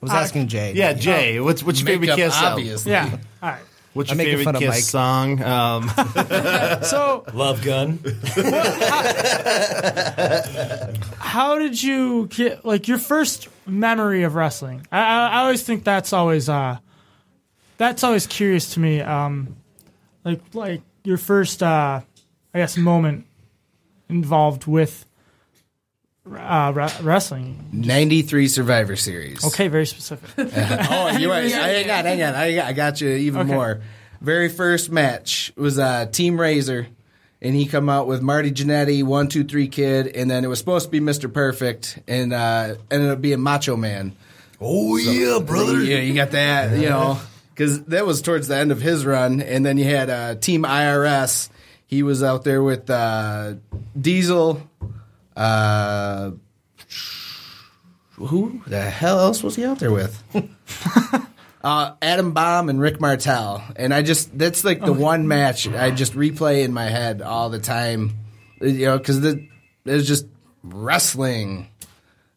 S: was asking Jay.
I: Yeah, Jay, what's what's your favorite Kiss? album?
H: Yeah. All right.
I: What's
S: I'm
I: your
S: making
I: favorite
S: fun of
I: Kiss
S: Mike.
I: song? Um,
H: so
K: Love Gun.
H: how did you get like your first memory of wrestling? I, I, I always think that's always uh, that's always curious to me. Um, like like your first uh, I guess moment involved with uh, re- wrestling.
F: ninety three Survivor Series.
H: Okay, very specific.
F: oh, you're right. I, hang on, hang on. I, I got you even
H: Okay.
F: more. Very first match was uh, Team Razor, and he come out with Marty Jannetty, One Two Three Kid, and then it was supposed to be Mister Perfect, and uh, ended up being Macho Man.
T: Oh, yeah, brother.
F: Yeah, you got that. You
T: Yeah.
F: know, because that was towards the end of his run, and then you had uh, Team IRS. He was out there with uh, Diesel. Uh, who the hell else was he out there with? uh, Adam Baum and Rick Martel. And I just, that's like
I: Oh,
F: the one match I just replay in my head all the time. Uh, You know, because it was just wrestling.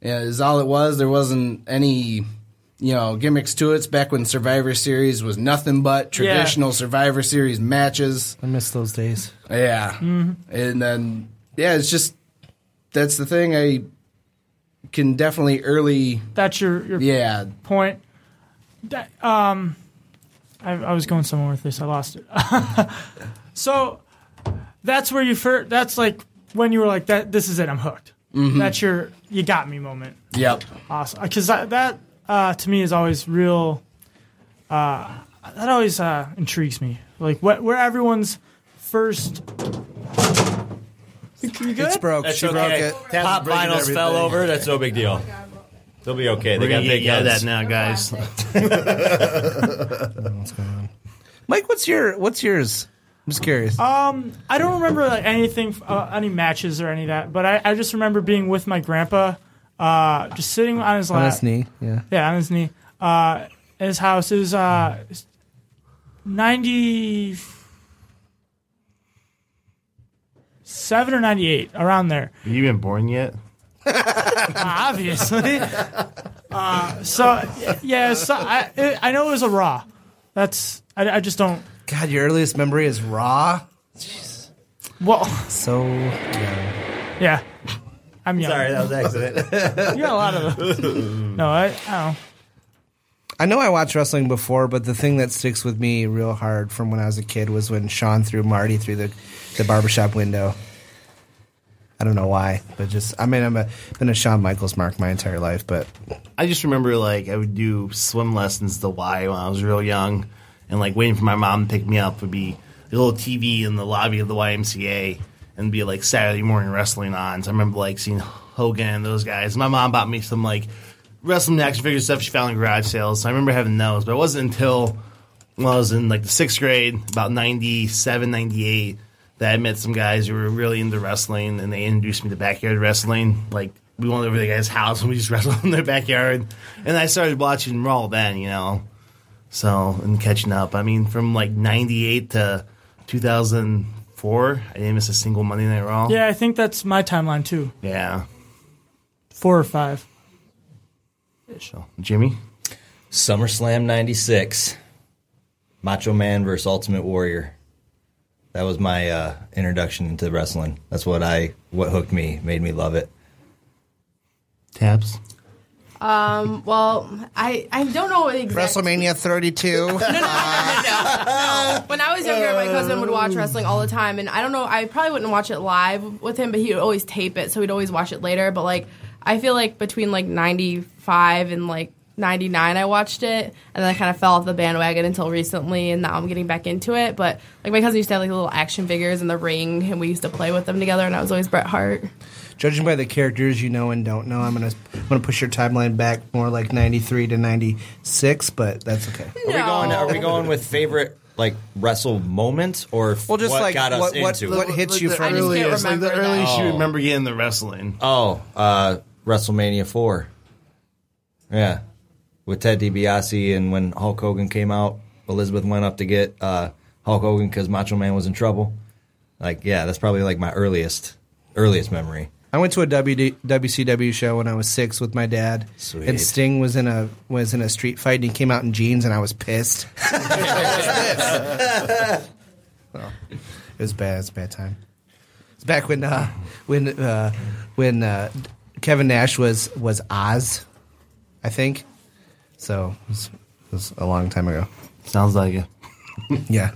F: Yeah, is all it was. There wasn't any, you know, gimmicks to it. It's back when Survivor Series was nothing but
S: Yeah.
F: traditional Survivor Series matches.
S: I miss those days.
F: Yeah.
I: Mm-hmm.
F: And then, yeah, it's just that's the thing. I can definitely early.
H: That's your, your
F: yeah.
H: point. That, um, I, I was going somewhere with this. I lost it. so that's where you first. That's like when you were like that. This is it. I'm hooked.
F: Mhm.
H: That's your you got me moment.
F: Yep.
H: Awesome. Because that, that uh, to me is always real. Uh, that always uh, intrigues me. Like what, where everyone's first. You good?
K: It's broke. That's She okay. broke it. Tap Pop breaking vinyls everything. fell over. That's no big deal. They'll be okay. They
I: We're
K: got
I: gonna
K: big
I: get yelled
K: heads.
I: at now, guys.
S: What's going on? Mike, what's your what's yours? I'm just curious.
H: Um, I don't remember like anything, uh, any matches or any of that, but I, I just remember being with my grandpa, uh, just sitting on his lap,
S: On his knee, yeah.
H: yeah, on his knee, uh, at his house. It was uh, ninety seven or ninety eight, around there.
I: Have you been born yet?
H: obviously. Uh, so yeah, so I it, I know it was a raw. That's I, I just don't.
S: God, your earliest memory is Raw.
H: Well,
S: so young.
H: yeah, I'm young.
K: Sorry, that was accident.
H: you got a lot of them. No, I, I
S: I know I watched wrestling before, but the thing that sticks with me real hard from when I was a kid was when Sean threw Marty through the, the barbershop window. I don't know why, but just I mean I'm a been a Shawn Michaels mark my entire life, but
I: I just remember like I would do swim lessons to Y when I was real young, and like waiting for my mom to pick me up would be a little TV in the lobby of the YMCA, and be like Saturday morning wrestling on. So I remember like seeing Hogan and those guys. My mom bought me some like wrestling action figure stuff she found in garage sales. So I remember having those, but it wasn't until when I was in like the sixth grade, about 97, 98, that I met some guys who were really into wrestling and they introduced me to backyard wrestling. Like, we went over to the guy's house and we just wrestled in their backyard. And I started watching Raw then, you know. So, and catching up. I mean, from like 98 to 2004, I didn't miss a single Monday Night Raw.
H: don't. Yeah, I think that's my timeline too.
I: Yeah.
H: Four or five.
I: So, Jimmy?
K: SummerSlam 96, Macho Man versus Ultimate Warrior. That was my uh, introduction into wrestling. That's what I what hooked me, made me love it.
I: Tabs.
J: Um, well, I, I don't know what exactly.
U: WrestleMania 32.
J: When I was younger, my cousin would watch wrestling all the time, and I don't know. I probably wouldn't watch it live with him, but he would always tape it, so he'd always watch it later. But like, I feel like between like '95 and like '99, I watched it, and then I kind of fell off the bandwagon until recently, and now I'm getting back into it. But like, my cousin used to have like little action figures in the ring, and we used to play with them together, and I was always Bret Hart.
S: Judging by the characters you know and don't know, I'm gonna I'm gonna push your timeline back more like 93 to 96, but that's okay.
K: Are we going? Are we going with favorite like wrestle moment or f-
U: Well, just
K: what
U: like
K: got us
U: what- what-
K: into?
U: what hits you
I: the
U: from-
I: earliest,
U: I
I: like
U: just can't
I: the
U: remember
I: earliest
K: that.
I: Oh,
S: Oh.
I: you remember getting the wrestling.
K: Oh, uh, WrestleMania four. Yeah, with Ted DiBiase and when Hulk Hogan came out, Elizabeth went up to get uh, Hulk Hogan because Macho Man was in trouble. Like, yeah, that's probably like my earliest earliest memory.
S: I went to a WD, WCW show when I was six with my dad, and Sting was in a was in a street fight, and he came out in jeans, and I was pissed. It was bad. It was a bad time. It's back when uh, when uh, when uh, Kevin Nash was was Oz, I think. So it was, it was a long time ago.
I: Sounds like it.
S: yeah.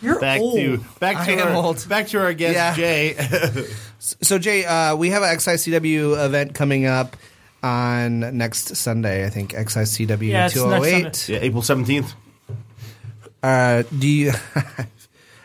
I: You're back to back to
S: Oh, I am
I: our,
S: old.
I: back to our guest
S: Yeah.
I: Jay.
S: So Jay, uh, we have an XICW event coming up on next Sunday. I think XICW
H: Yeah, it's next
S: two hundred eight.
I: yeah, April seventeenth.
S: Uh, do you?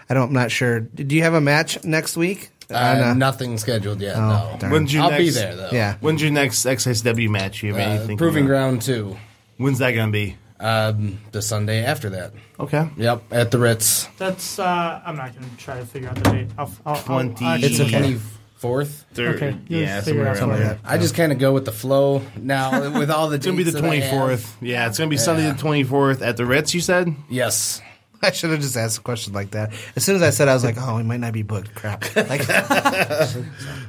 S: I don't. I'm not sure. Do you have a match next week?
F: Uh,
S: On, uh,
F: nothing scheduled yet.
S: Oh,
F: no.
S: darn.
I: When's your
F: I'll
I: next,
F: be there though.
S: Yeah.
I: When's your next XSW match? You have
F: Uh,
I: anything?
F: Proving
I: coming up?
F: Ground Two.
I: When's that gonna be?
H: Uh,
F: Um, the Sunday after that.
I: Okay.
F: Yep, at the Ritz.
H: That's uh, I'm not gonna try to figure out the date. I'll, I'll, I'll-
I: Twenty.
H: I'll-
F: It's okay. Twenty fourth.
I: Third.
H: Okay, you
I: Yeah,
H: figure
I: somewhere
H: out
I: around
H: something.
I: there.
F: I just kind of go with the flow now with all the.
I: It's gonna be the
F: dates that I
I: twenty
F: have.
I: fourth. Yeah, it's gonna be Sunday
F: Yeah.
I: the twenty fourth at the Ritz. You said.
F: Yes.
S: I should have just asked a question like that. As soon as I said, I was like, "Oh, we might not be booked." Crap. Like,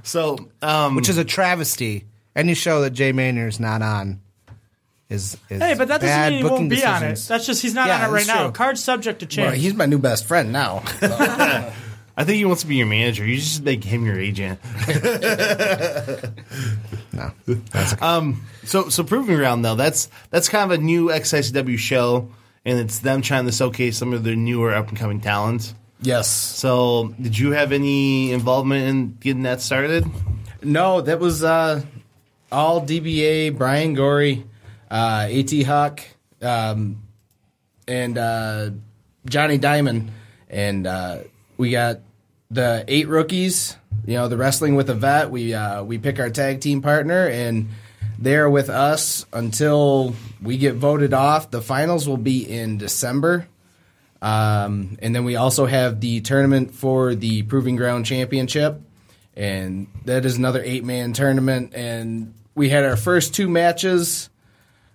I: So, um,
S: which is a travesty. Any show that Jay Maynard's not on is, is
H: Hey, but that doesn't
S: bad
H: mean he
S: booking
H: won't be on it.
S: decisions.
H: That's just he's not
S: Yeah,
H: on it right
S: that's
H: now.
S: true.
H: Card's subject to
F: Well,
H: change.
F: he's my new best friend now.
I: I think he wants to be your manager. You just make him your agent.
S: No.
I: Um. So so proving ground though that's that's kind of a new XSW show, and it's them trying to showcase some of their newer up and coming talents.
F: yes.
I: So did you have any involvement in getting that started?
F: No, that was uh, all DBA, Brian Gorey, uh, AT Hawk, um, and uh, Johnny Diamond. And uh, we got the eight rookies, you know, the wrestling with a vet. We, uh, we pick our tag team partner, and they're with us until we get voted off. The finals will be in December. Um, and then we also have the tournament for the Proving Ground Championship, and that is another eight man tournament. And we had our first two matches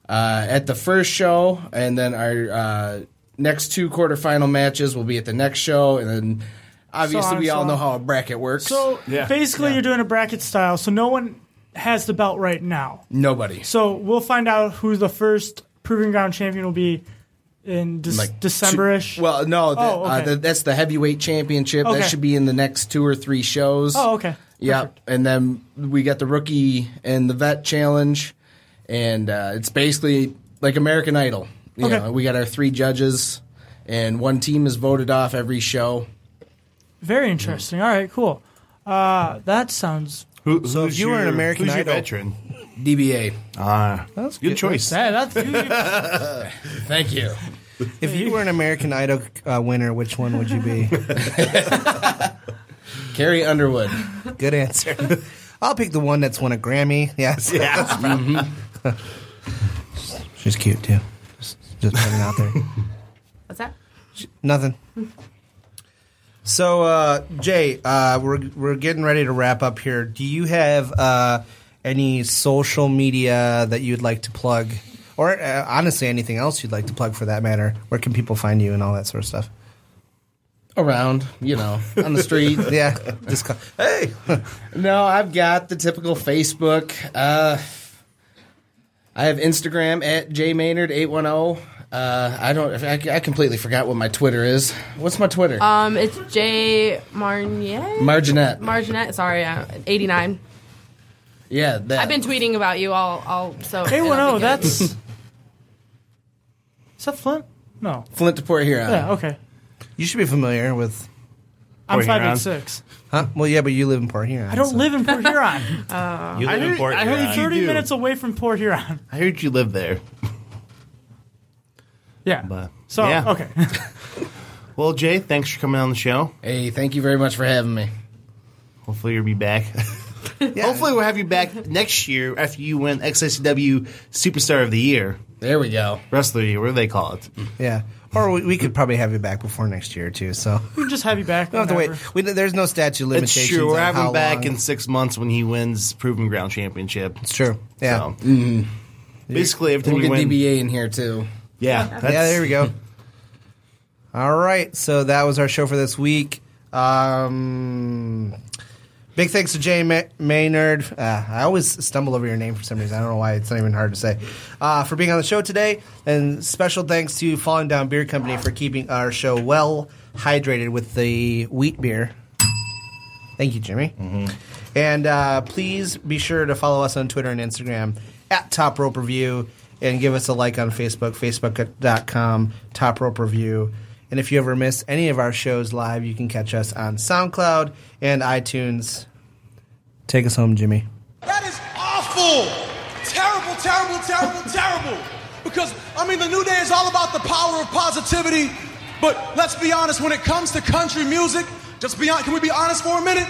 F: uh, at the first show, and then our uh, next two quarterfinal matches will be at the next show. And then obviously,
H: So on,
F: we all
H: so
F: know
H: on.
F: how a bracket works.
H: So
F: Yeah.
H: basically, you're doing a bracket style, so no one has the belt right now.
F: Nobody.
H: So we'll find out who the first proving ground champion will be in De-
F: Like
H: December-ish.
F: two- well, no, the,
H: Oh,
F: uh,
H: okay.
F: the, that's the heavyweight championship.
H: Okay.
F: That should be in the next two or three shows.
H: Oh, okay.
F: Yeah, and then we got the rookie and the vet challenge, and uh, it's basically like American Idol. You
H: Okay.
F: know, we got our three judges, and one team is voted off every show.
H: Very interesting. All right, cool. Uh, that sounds.
I: Who,
S: So if
I: who's
S: you were an
I: your-
S: American
I: who's your
S: Idol-
I: veteran?
F: DBA.
I: Ah,
S: That's
I: good,
S: good.
I: choice.
H: Hey, that's you-
F: Thank you.
S: If you were an American Idol uh, winner, which one would you be?
F: Carrie Underwood.
S: Good answer. I'll pick the one that's won a Grammy. Yes.
I: Yeah.
S: She's cute too. Just, just putting it out there.
J: What's that?
S: Nothing. So, uh, Jay, uh, we're we're getting ready to wrap up here. Do you have uh, any social media that you'd like to plug, or uh, honestly, anything else you'd like to plug for that matter? Where can people find you and all that sort of stuff?
F: Around, you know, on the street.
S: Yeah, just call, hey,
F: No, I've got the typical Facebook. Uh,
V: I have Instagram at jmaynard810. Uh, I don't. I, I completely forgot what my Twitter is. What's my Twitter?
J: Um, it's J Marnier.
V: Marginette.
J: Marginette. Sorry, uh, eighty nine.
V: Yeah, that.
J: I've been tweeting about you all. all so
H: Hey, well,
J: it'll
H: no,
J: be good.
H: that's. Is that Flint? No.
V: Flint to Port Huron.
H: Yeah, okay.
S: You should be familiar with.
H: I'm
S: Port
H: five
S: Huron.
H: eight six.
S: Huh? Well, yeah, but you live in Port Huron.
H: I don't live in Port Huron.
S: You
H: I
S: live in
H: heard-
S: Port
H: I heard
S: Huron.
H: thirty
S: You do.
H: minutes away from Port Huron.
I: I heard you live there.
H: Yeah. So, okay.
I: well, Jay, thanks for coming on the show.
V: Hey, thank you very much for having me.
I: Hopefully, you'll be back. Hopefully, we'll have you back next year after you win XSW Superstar of the Year.
V: There we go.
I: Wrestler of the Year, whatever they call it.
S: Yeah, or we, we could probably have you back before next year too. So
H: We can just have you back.
S: don't have to
H: whenever.
S: wait. We, there's no statute
I: It's
S: limitations.
I: true. We're
S: on
I: having
S: how
I: him back
S: long.
I: in six months when he wins Proven Ground Championship. It's
S: true. Yeah.
I: Basically, every time
V: we'll
I: you
V: get
I: win-
V: DBA in here too.
I: Yeah,
S: yeah.
I: that's-
S: There we go. All right, so that was our show for this week. Um, big thanks to Jay Ma- Maynard. Uh, I always stumble over your name for some reason. I don't know why. It's not even hard to say. Uh, for being on the show today, and special thanks to Falling Down Beer Company for keeping our show well hydrated with the wheat beer. Thank you, Jimmy. And uh, please be sure to follow us on Twitter and Instagram at Top Rope Review and give us a like on Facebook, facebook.com, Top Rope Review. And if you ever miss any of our shows live, you can catch us on SoundCloud and iTunes. Take us home, Jimmy.
B: That is awful. Terrible, terrible, terrible, terrible. Because, I mean, the New Day is all about the power of positivity. But let's be honest, when it comes to country music, just be honest, can we be honest for a minute?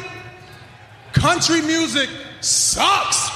B: Country music sucks.